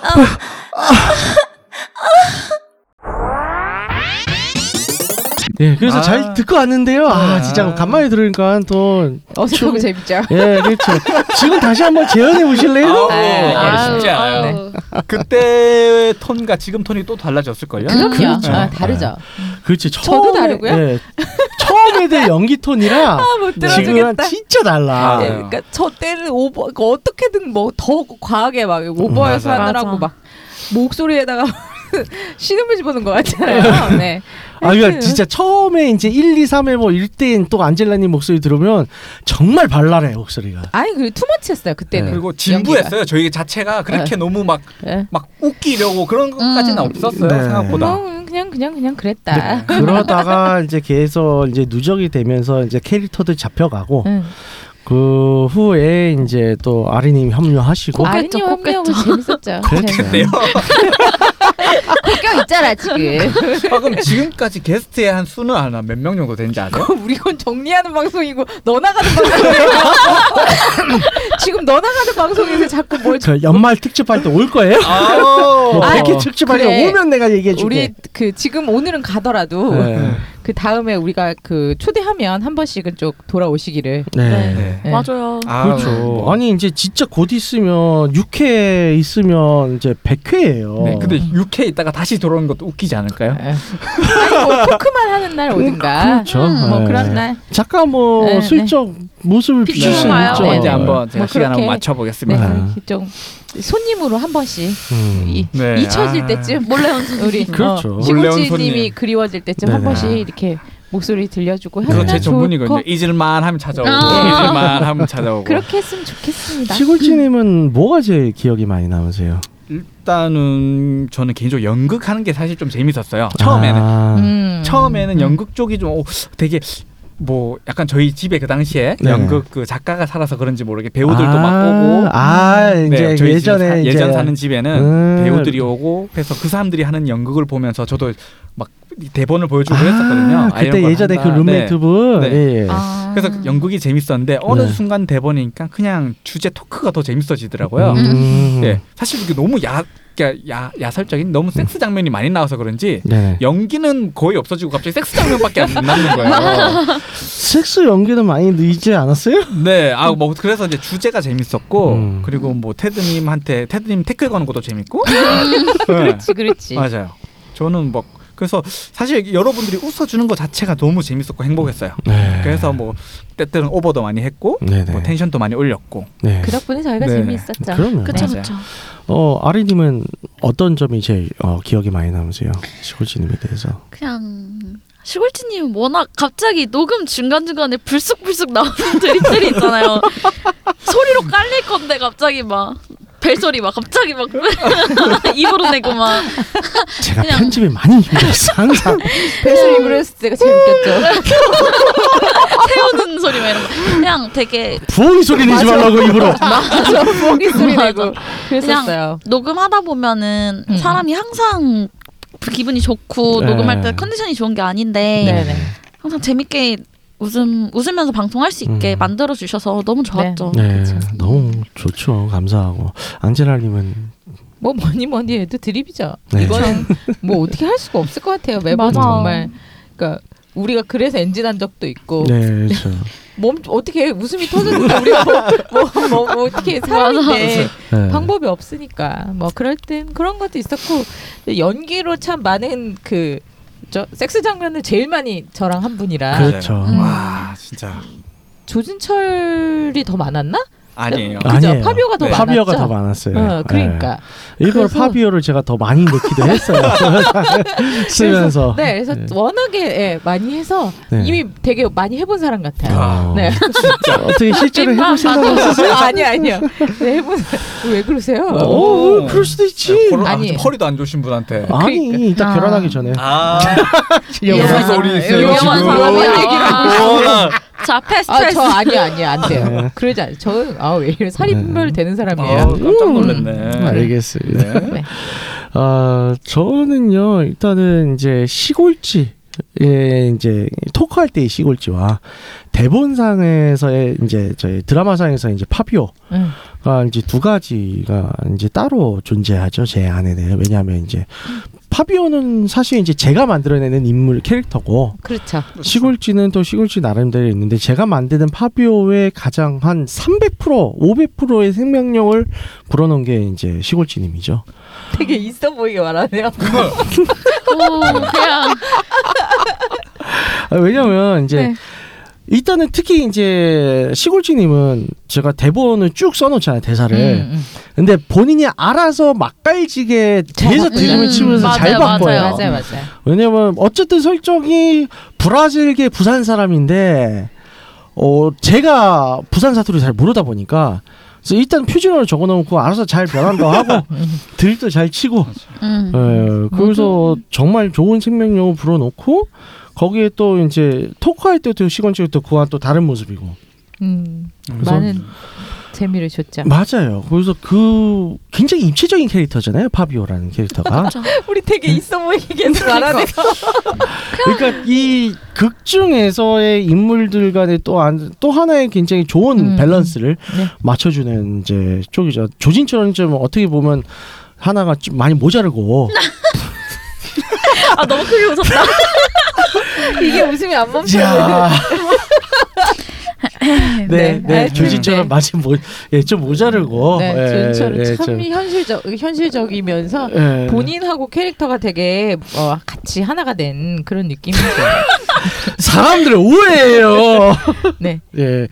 Speaker 4: 예, 그래서
Speaker 3: 아.
Speaker 4: 잘 듣고 왔는데요. 아,
Speaker 3: 아.
Speaker 4: 진짜 간만에 들으니까 또.
Speaker 2: 어색하고 재밌죠.
Speaker 4: 예, 그렇죠. 지금 다시 한번 재연해 보실래요?
Speaker 2: 네,
Speaker 5: 아유,
Speaker 3: 쉽지 않아요.
Speaker 5: 아유.
Speaker 3: 그때의 톤과 지금 톤이 또 달라졌을 걸요.
Speaker 2: 그럼요.
Speaker 4: 그렇죠.
Speaker 2: 아, 다르죠.
Speaker 4: 그렇지.
Speaker 2: 저도
Speaker 4: 처음에-
Speaker 2: 다르고요? 아,
Speaker 4: 예, 처음에 대 연기 톤이랑
Speaker 2: 못
Speaker 4: 지금은 아. 진짜 달라.
Speaker 2: 네, 그러니까 저 때는 오버 그러니까 어떻게든 뭐 더 과하게 막 오버해서
Speaker 5: 맞아.
Speaker 2: 하느라고
Speaker 5: 맞아.
Speaker 2: 막 목소리에다가 [laughs] 신음을 집어넣은 것 같잖아요. 네.
Speaker 4: 아, 그러니까 진짜 처음에 이제 1, 2, 3회 뭐 1대인 또 안젤라님 목소리 들으면 정말 발랄해, 목소리가.
Speaker 2: 아니 그 투머치였어요 그때는.
Speaker 3: 그리고 진부했어요. 저희 자체가 그렇게 너무 막 막
Speaker 2: 네.
Speaker 3: 웃기려고 그런 것까지는
Speaker 5: 음.
Speaker 3: 없었어요.
Speaker 4: 네.
Speaker 3: 생각보다.
Speaker 2: 뭐, 그냥 그냥 그냥 그냥 그랬다. [laughs]
Speaker 4: 그러다가 이제 계속 이제 누적이 되면서 이제 캐릭터도 잡혀가고
Speaker 2: 응.
Speaker 4: 그 후에 이제 또 아리님 협력하시고
Speaker 5: 아,
Speaker 2: 아린이
Speaker 5: 곱겠죠.
Speaker 2: 혼내고 재밌었죠. 네.
Speaker 3: 그랬대요.
Speaker 2: 껴 있잖아 지금.
Speaker 3: [laughs] 아, 그럼 지금까지 게스트의 한 수는 하나 몇 명 정도 되는지 아세요?
Speaker 4: 네?
Speaker 2: 우리 건 정리하는 방송이고 너 나가는 방송이에요. [laughs] 지금 너 나가는 방송에서 자꾸 뭘
Speaker 4: 그 연말 특집할 때 올 거예요?
Speaker 3: 아우.
Speaker 4: 뭐
Speaker 2: 아,
Speaker 4: 백회 특집할 때
Speaker 2: 그래.
Speaker 4: 오면 내가 얘기해
Speaker 2: 우리
Speaker 4: 줄게.
Speaker 2: 그 지금 오늘은 가더라도
Speaker 4: 네.
Speaker 2: 그 다음에 우리가 그 초대하면 한 번씩은 좀 돌아오시기를.
Speaker 4: 네.
Speaker 3: 네.
Speaker 2: 예.
Speaker 5: 맞아요.
Speaker 3: 아,
Speaker 4: 그렇죠. 아니 이제 진짜 곧 있으면 6회 있으면 이제 100회예요.
Speaker 3: 네, 근데 6회 있다가 다시 돌아오는 것도 웃기지
Speaker 4: 네.
Speaker 3: 않을까요?
Speaker 2: 예. 아니 뭐 토크만 하는 날 어딘가.
Speaker 4: 음. 그렇죠.
Speaker 3: 음,
Speaker 2: 뭐
Speaker 4: 네.
Speaker 2: 그런 날.
Speaker 4: 잠깐 뭐
Speaker 2: 네, 네.
Speaker 4: 슬쩍 모습을 비출
Speaker 5: 비추는
Speaker 4: 수
Speaker 5: 거예요.
Speaker 4: 있죠.
Speaker 3: 언제
Speaker 2: 네.
Speaker 3: 한번 제가
Speaker 2: 뭐
Speaker 3: 시간 한번
Speaker 2: 그렇게. 네.
Speaker 3: 맞춰보겠습니다.
Speaker 4: 아.
Speaker 2: 좀 손님으로 한 번씩
Speaker 4: 음.
Speaker 2: 이,
Speaker 3: 네,
Speaker 2: 잊혀질
Speaker 3: 아.
Speaker 2: 때쯤 몰래 온 손님. 우리
Speaker 4: 그렇죠.
Speaker 2: 어,
Speaker 3: 몰래 온
Speaker 2: 시국지님이
Speaker 3: 손님.
Speaker 2: 그리워질 때쯤 한
Speaker 4: 네네.
Speaker 2: 번씩 이렇게 목소리 들려주고
Speaker 3: 그건
Speaker 2: 하면
Speaker 3: 제
Speaker 2: 좋을
Speaker 3: 전문이거든요.
Speaker 2: 것
Speaker 3: 잊을만 하면 찾아오고,
Speaker 5: 아.
Speaker 3: 잊을만 하면 찾아오고.
Speaker 2: 그렇게 했으면 좋겠습니다.
Speaker 4: 시골지님은 뭐가 제일 기억이 많이 남으세요?
Speaker 3: 일단은 저는 개인적으로 연극하는 게 사실 좀 재밌었어요. 처음에는
Speaker 4: 아,
Speaker 2: 음.
Speaker 3: 처음에는
Speaker 2: 음.
Speaker 3: 연극 쪽이 좀 오, 되게 뭐 약간 저희 집에 그 당시에
Speaker 4: 네.
Speaker 3: 연극 그 작가가 살아서 그런지 모르게 배우들도 막
Speaker 4: 아,
Speaker 3: 오고
Speaker 4: 아 이제
Speaker 3: 네, 저희 집
Speaker 4: 예전에
Speaker 3: 사,
Speaker 4: 이제
Speaker 3: 예전 사는 집에는
Speaker 4: 음.
Speaker 3: 배우들이 오고 그래서 그 사람들이 하는 연극을 보면서 저도 막 대본을 보여주고
Speaker 4: 아,
Speaker 3: 그랬었거든요. 아, 이런
Speaker 4: 그때
Speaker 3: 걸
Speaker 4: 예전에 그
Speaker 3: 한다. 네.
Speaker 4: 룸메이트분
Speaker 3: 네.
Speaker 4: 예.
Speaker 5: 아.
Speaker 3: 그래서 그 연극이 재밌었는데 어느
Speaker 4: 네.
Speaker 3: 순간 대본이니까 그냥 주제 토크가 더 재밌어지더라고요.
Speaker 4: 음.
Speaker 3: 예. 사실 이게 너무 야, 그러니까 야 야설적인 너무 섹스 장면이 많이 나와서 그런지
Speaker 4: 네.
Speaker 3: 연기는 거의 없어지고 갑자기 섹스 장면밖에 안 남는
Speaker 4: [laughs]
Speaker 3: 거예요.
Speaker 4: 섹스 연기는 많이 늘지 않았어요?
Speaker 3: 네, 아 뭐 그래서 이제 주제가 재밌었고
Speaker 4: 음.
Speaker 3: 그리고 뭐 테드님한테 테드님 태클 거는 것도
Speaker 4: [laughs]
Speaker 3: 재밌고. 네,
Speaker 4: 그렇죠.
Speaker 2: 그렇지 그렇지.
Speaker 3: 맞아요. 저는 뭐 그래서 사실 여러분들이 웃어주는 것 자체가 너무 재밌었고 행복했어요.
Speaker 4: 네.
Speaker 3: 그래서 뭐 때때는 오버도 많이 했고
Speaker 4: 네네.
Speaker 3: 뭐 텐션도 많이 올렸고.
Speaker 4: 네.
Speaker 2: 그 덕분에 저희가
Speaker 3: 네.
Speaker 2: 재미있었죠.
Speaker 4: 그럼요.
Speaker 5: 그쵸
Speaker 3: 맞아요.
Speaker 5: 그쵸.
Speaker 4: 어 아리님은 어떤 점이 제일 어, 기억이 많이 남으세요? 시골지님에 대해서.
Speaker 5: 그냥 시골치님 워낙 갑자기 녹음 중간 중간에 불쑥불쑥 나오는 [laughs] 드립들이 있잖아요. 소리로 깔릴 건데 갑자기 막 벨소리 막 갑자기 막 [laughs] 입으로 내고 막
Speaker 4: 제가
Speaker 5: 그냥-
Speaker 4: 편집이 많이
Speaker 2: [laughs]
Speaker 4: 힘들었어 항상.
Speaker 2: 배수리 브레스 때가 제일 웃겼죠.
Speaker 5: 태우는 소리 막 이런 거. 그냥 되게
Speaker 4: 부엉이 소리 내지 말라고 입으로.
Speaker 2: [laughs] 맞아. 모기 소리 내고
Speaker 5: 맞아.
Speaker 2: 그랬었어요.
Speaker 5: 녹음하다 보면은
Speaker 2: 음.
Speaker 5: 사람이 항상 기분이 좋고
Speaker 4: 네.
Speaker 5: 녹음할 때 컨디션이 좋은 게 아닌데
Speaker 2: 네. 네네.
Speaker 5: 항상 재밌게 웃음 웃으면서 방송할 수 있게
Speaker 4: 음.
Speaker 5: 만들어 주셔서 너무 좋았죠.
Speaker 4: 네, 너무 좋죠. 감사하고 안젤라님은
Speaker 2: 뭐 뭐니 뭐니 해도 드립이죠.
Speaker 4: 네.
Speaker 2: 이거는 뭐 어떻게 할 수가 없을 것 같아요. 매번
Speaker 5: 맞아.
Speaker 2: 정말 그러니까 우리가 그래서 엔진 한 적도 있고
Speaker 4: 네,
Speaker 2: [laughs]
Speaker 4: 그렇죠.
Speaker 2: 몸 어떻게 웃음이 터졌는데 우리가 뭐뭐 뭐, 뭐, 뭐 어떻게 사는데
Speaker 4: 네.
Speaker 2: 방법이 없으니까 뭐 그럴 땐 그런 것도 있었고 근데 연기로 참 많은 그 저, 섹스 장면을 제일 많이 저랑 한 분이라
Speaker 4: 그렇죠.
Speaker 5: 음.
Speaker 3: 와 진짜
Speaker 2: 조진철이 더 많았나?
Speaker 3: 아니에요. 네,
Speaker 2: 그죠? 파비오가 더 많았죠?
Speaker 4: 네. 파비오가 더 많았어요.
Speaker 2: 어, 그러니까
Speaker 4: 네. 일부러
Speaker 2: 그래서-
Speaker 4: 파비오를 제가 더 많이 넣기도
Speaker 2: [laughs]
Speaker 4: 했어요. [laughs] 쓰면서.
Speaker 2: 네, 그래서 워낙에 예, 많이 해서
Speaker 4: 네.
Speaker 2: 이미 되게 많이 해본 사람 [laughs] 같아요.
Speaker 4: 아,
Speaker 2: 네.
Speaker 4: 어떻게 실제로 해볼 생각을
Speaker 2: 아, 아니 아니요. 네, 해본 사람. 왜 그러세요?
Speaker 4: 어,
Speaker 3: 오.
Speaker 4: 어, 그럴 수도 있지.
Speaker 3: 코로나
Speaker 2: 아니.
Speaker 3: 좀 허리도 안 좋으신 분한테.
Speaker 4: 아니, 일단
Speaker 5: 아.
Speaker 4: 결혼하기 전에.
Speaker 3: 그러니까.
Speaker 2: [laughs]
Speaker 3: 아
Speaker 2: 위험한
Speaker 3: 무슨 소리 있어요
Speaker 2: 위험한
Speaker 3: 지금?
Speaker 2: 상황이야.
Speaker 3: 오, 코로나.
Speaker 5: 자 패스
Speaker 2: 아,
Speaker 5: 패스.
Speaker 2: 저 아니요, 아니요, 안 돼요.
Speaker 4: 네.
Speaker 2: 그러지 않아요. 저는 아, 왜 이래 살이
Speaker 4: 네.
Speaker 2: 분별 되는 사람이에요.
Speaker 3: 아, 깜짝 놀랐네.
Speaker 4: 음. 알겠습니다.
Speaker 3: 네.
Speaker 2: 네.
Speaker 4: 아, 저는요, 일단은 이제 시골지, 예, 이제 토크할 때의 시골지와 대본상에서의 이제 저희 드라마상에서 이제 파비오
Speaker 2: 음.
Speaker 4: 가 이제 두 가지가 이제 따로 존재하죠 제 안에는 왜냐하면 이제 파비오는 사실 이제 제가 만들어내는 인물 캐릭터고
Speaker 2: 그렇죠.
Speaker 4: 시골지는 또 시골지 나름대로 있는데 제가 만드는 파비오의 가장 한 300% 500%의 생명력을 불어넣은 게 이제 시골지님이죠.
Speaker 2: 되게 있어 보이게 말하네요.
Speaker 4: 그
Speaker 5: 오, 그냥
Speaker 4: 아, 왜냐면 이제
Speaker 5: 네.
Speaker 4: 일단은 특히 이제 시골지님은 제가 대본을 쭉 써놓잖아요 대사를.
Speaker 2: 음, 음.
Speaker 4: 근데 본인이 알아서 맛깔지게 계속
Speaker 2: 바꿔요.
Speaker 4: 드림을
Speaker 5: 음,
Speaker 4: 치면서 잘
Speaker 5: 맞아요,
Speaker 4: 바꿔요.
Speaker 5: 맞아요.
Speaker 2: 맞아요, 맞아요.
Speaker 4: 왜냐면 어쨌든 설정이 브라질계 부산 사람인데 어 제가 부산 사투리 잘 모르다 보니까 그래서 일단 표준어로 적어놓고 알아서 잘 [laughs] 변환도 하고
Speaker 2: 음,
Speaker 4: 드립도 잘 치고
Speaker 5: 음.
Speaker 4: 예, 그래서 정말 좋은 생명력을 불어넣고 거기에 또 이제 토크할 때도 시건치고 또 그와 또 다른 모습이고
Speaker 2: 음,
Speaker 3: 그래서-
Speaker 2: 많은 재미를 줬죠.
Speaker 4: 맞아요. 그래서 그 굉장히 입체적인 캐릭터잖아요 파비오라는 캐릭터가
Speaker 2: 우리 되게 있어 [laughs] 보이게 계속 말하네요.
Speaker 4: 그러니까 이 극중에서의 인물들 간에 또안또 하나의 굉장히 좋은
Speaker 2: 음.
Speaker 4: 밸런스를
Speaker 2: 네.
Speaker 4: 맞춰주는 이제 쪽이죠. 조진처럼 좀 어떻게 보면 하나가 좀 많이 모자르고
Speaker 5: 아 너무 크게 웃었다.
Speaker 2: 이게 웃음이 안 멈춰요. [laughs]
Speaker 4: 야. 네, 네,
Speaker 2: 하여튼,
Speaker 4: 조진처럼 많이 모예좀 모자르고
Speaker 2: 네,
Speaker 4: 예,
Speaker 2: 조진철은
Speaker 4: 예,
Speaker 2: 참
Speaker 4: 좀,
Speaker 2: 현실적 현실적이면서
Speaker 4: 예.
Speaker 2: 본인하고 캐릭터가 되게 어, 같이 하나가 된 그런 느낌이죠.
Speaker 4: 사람들의 오해예요.
Speaker 2: 네.
Speaker 4: 예,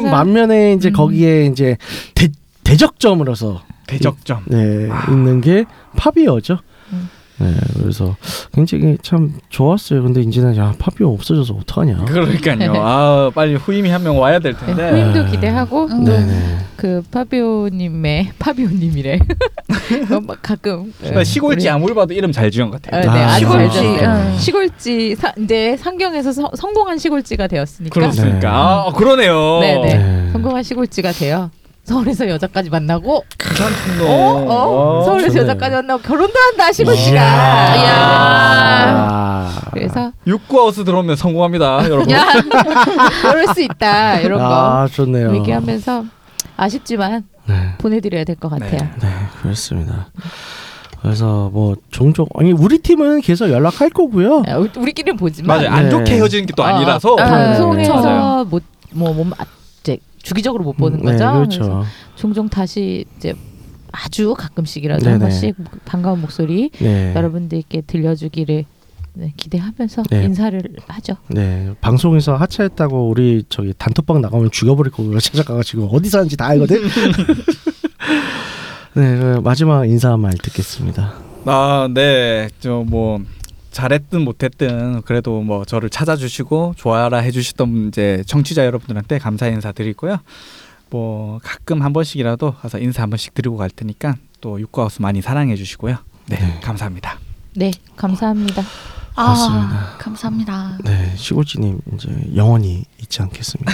Speaker 2: 그래서- 음.
Speaker 4: 반면에 이제 거기에 이제 대, 대적점으로서
Speaker 3: 대적점.
Speaker 4: 네, 있는 게 파비오죠.
Speaker 2: 음.
Speaker 4: 네, 그래서 굉장히 참 좋았어요. 근데 이제는 야 파비오 없어져서 어떡하냐.
Speaker 3: 그러니까요. 아 빨리 후임이 한 명 와야 될
Speaker 2: 네.
Speaker 3: 텐데.
Speaker 2: 후임도 기대하고
Speaker 5: 음.
Speaker 4: 네네.
Speaker 2: 그 파비오님의 파비오님이래. 어, 막 가끔
Speaker 3: 그러니까 시골지
Speaker 2: 우리-
Speaker 3: 아무리 봐도 이름 잘 지은 것
Speaker 2: 아,
Speaker 3: 같아요.
Speaker 2: 네,
Speaker 4: 아,
Speaker 2: 아주 잘
Speaker 4: 시골지.
Speaker 2: 지었어요.
Speaker 5: 음.
Speaker 2: 시골지 사, 이제 상경에서 서, 성공한 시골지가 되었으니까
Speaker 3: 그렇습니까?
Speaker 4: 네.
Speaker 3: 아 그러네요.
Speaker 2: 그러니까? 네, 네.
Speaker 4: 네.
Speaker 2: 성공한 시골지가 돼요. 서울에서 여자까지 만나고
Speaker 3: 괜찮군요.
Speaker 2: 어? 어?
Speaker 3: 어,
Speaker 2: 서울에서
Speaker 4: 네. 좋네요.
Speaker 2: 여자까지 만나고 결혼도 한다 시골지가.
Speaker 5: 이야.
Speaker 4: 아.
Speaker 2: 그래서
Speaker 3: 육구하우스 들어오면 성공합니다, 여러분.
Speaker 5: 야
Speaker 2: [laughs] 그럴 수 있다 이런 거
Speaker 4: 아 좋네요.
Speaker 2: 얘기하면서 아쉽지만
Speaker 4: 네,
Speaker 2: 보내드려야 될 것 같아요.
Speaker 4: 네, 그렇습니다. 그래서 뭐 종종 아니 우리 팀은 계속 연락할 거고요.
Speaker 2: 아, 우- 우리끼리는 보지만
Speaker 3: 맞아요. 안
Speaker 4: 네.
Speaker 3: 좋게 헤어지는 게 또
Speaker 2: 어,
Speaker 3: 아니라서. 네.
Speaker 2: 어, 방송에서
Speaker 3: 맞아요.
Speaker 2: 못뭐몸 이제 주기적으로 못 보는
Speaker 4: 네,
Speaker 2: 거죠. 그래서
Speaker 4: 그렇죠.
Speaker 2: 종종 다시 이제 아주 가끔씩이라도 한
Speaker 4: 네네.
Speaker 2: 번씩 반가운 목소리
Speaker 4: 네.
Speaker 2: 여러분들께 들려주기를 네, 기대하면서
Speaker 4: 네.
Speaker 2: 인사를 하죠.
Speaker 4: 네 방송에서 하차했다고 우리 저기 단톡방 나가면 죽여버릴 거고요 찾아가가지고 어디 사는지 다 알거든. 네 그 마지막 인사 한 말 듣겠습니다.
Speaker 3: 아, 네. 저 뭐 잘했든 못했든 그래도 뭐 저를 찾아주시고 좋아라 해주셨던 이제 청취자 여러분들한테 감사 인사 드리고요. 뭐 가끔 한 번씩이라도 가서 인사 한 번씩 드리고 갈 테니까 또 육구하우스 많이 사랑해 주시고요. 네,
Speaker 4: 네.
Speaker 3: 감사합니다.
Speaker 2: 네, 감사합니다.
Speaker 5: [laughs] 아 감사합니다.
Speaker 4: 네 시골지님 이제 영원히 잊지 않겠습니다.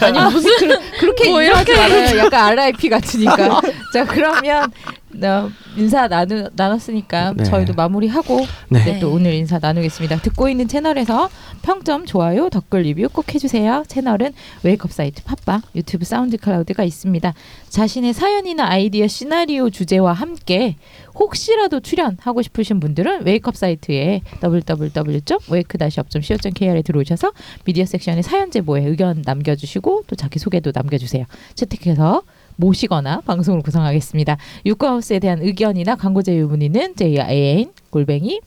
Speaker 5: 아니 무슨
Speaker 2: 그러니까. [laughs] 그렇게
Speaker 5: 뭐
Speaker 2: 인사하지
Speaker 5: 이렇게 [laughs]
Speaker 2: 말아요. 약간 RIP 같으니까. 자, 그러면 나 인사 나누 나눴으니까
Speaker 4: 네.
Speaker 2: 저희도 마무리하고
Speaker 4: 네.
Speaker 2: 네, 또 오늘 인사 나누겠습니다. 듣고 있는 채널에서 평점, 좋아요, 댓글 리뷰 꼭 해주세요. 채널은 웨이크업 사이트 팟빵, 유튜브 사운드 클라우드가 있습니다. 자신의 사연이나 아이디어, 시나리오 주제와 함께 혹시라도 출연하고 싶으신 분들은 웨이크업 사이트에 www.wake-up.co.kr에 들어오셔서 미디어 섹션의 사연 제보에 의견 남겨주시고 또 자기 소개도 남겨주세요. 채택해서 모시거나 방송을 구성하겠습니다. 유쿠하우스에 대한 의견이나 광고 제휴 문의는 JAN 골뱅이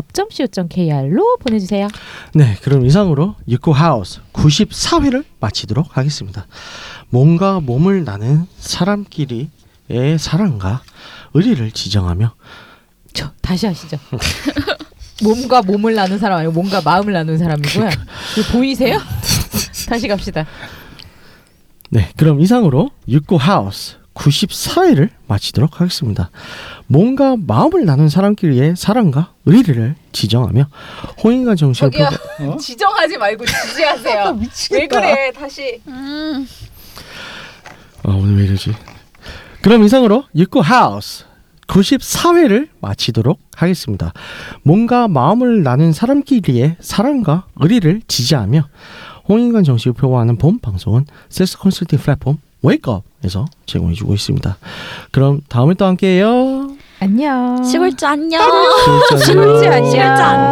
Speaker 2: wake-up.co.kr로 보내주세요.
Speaker 4: 네, 그럼 이상으로 유쿠하우스 94회를 마치도록 하겠습니다. 몸과 몸을 나는 사람끼리의 사랑과 의리를 지정하며
Speaker 2: 저 다시 하시죠. [laughs] 몸과 몸을 나눈 사람 아니고 몸과 마음을 나눈 사람이고요. 이거 보이세요? [laughs] 다시 갑시다.
Speaker 4: 네, 그럼 이상으로 유쿠하우스 94회를 마치도록 하겠습니다. 몸과 마음을 나눈 사람끼리의 사랑과 의리를 지정하며 호인과 정신을
Speaker 1: 저기요.
Speaker 4: 표방-
Speaker 1: 지정하지 말고 지지하세요. 왜 그래? 다시
Speaker 5: 음.
Speaker 4: 아 오늘 왜 이러지? 그럼 이상으로 육구 하우스 94회를 마치도록 하겠습니다. 몸과 마음을 나눈 사람끼리의 사랑과 의리를 지지하며 홍인간 정식을 표방하는 본 방송은 셀스 컨설팅 플랫폼 웨이크업에서 제공해주고 있습니다. 그럼 다음에 또 함께해요.
Speaker 2: 안녕.
Speaker 5: 음. [laughs] 시골주 안녕.
Speaker 4: 실전
Speaker 5: 실전 안녕.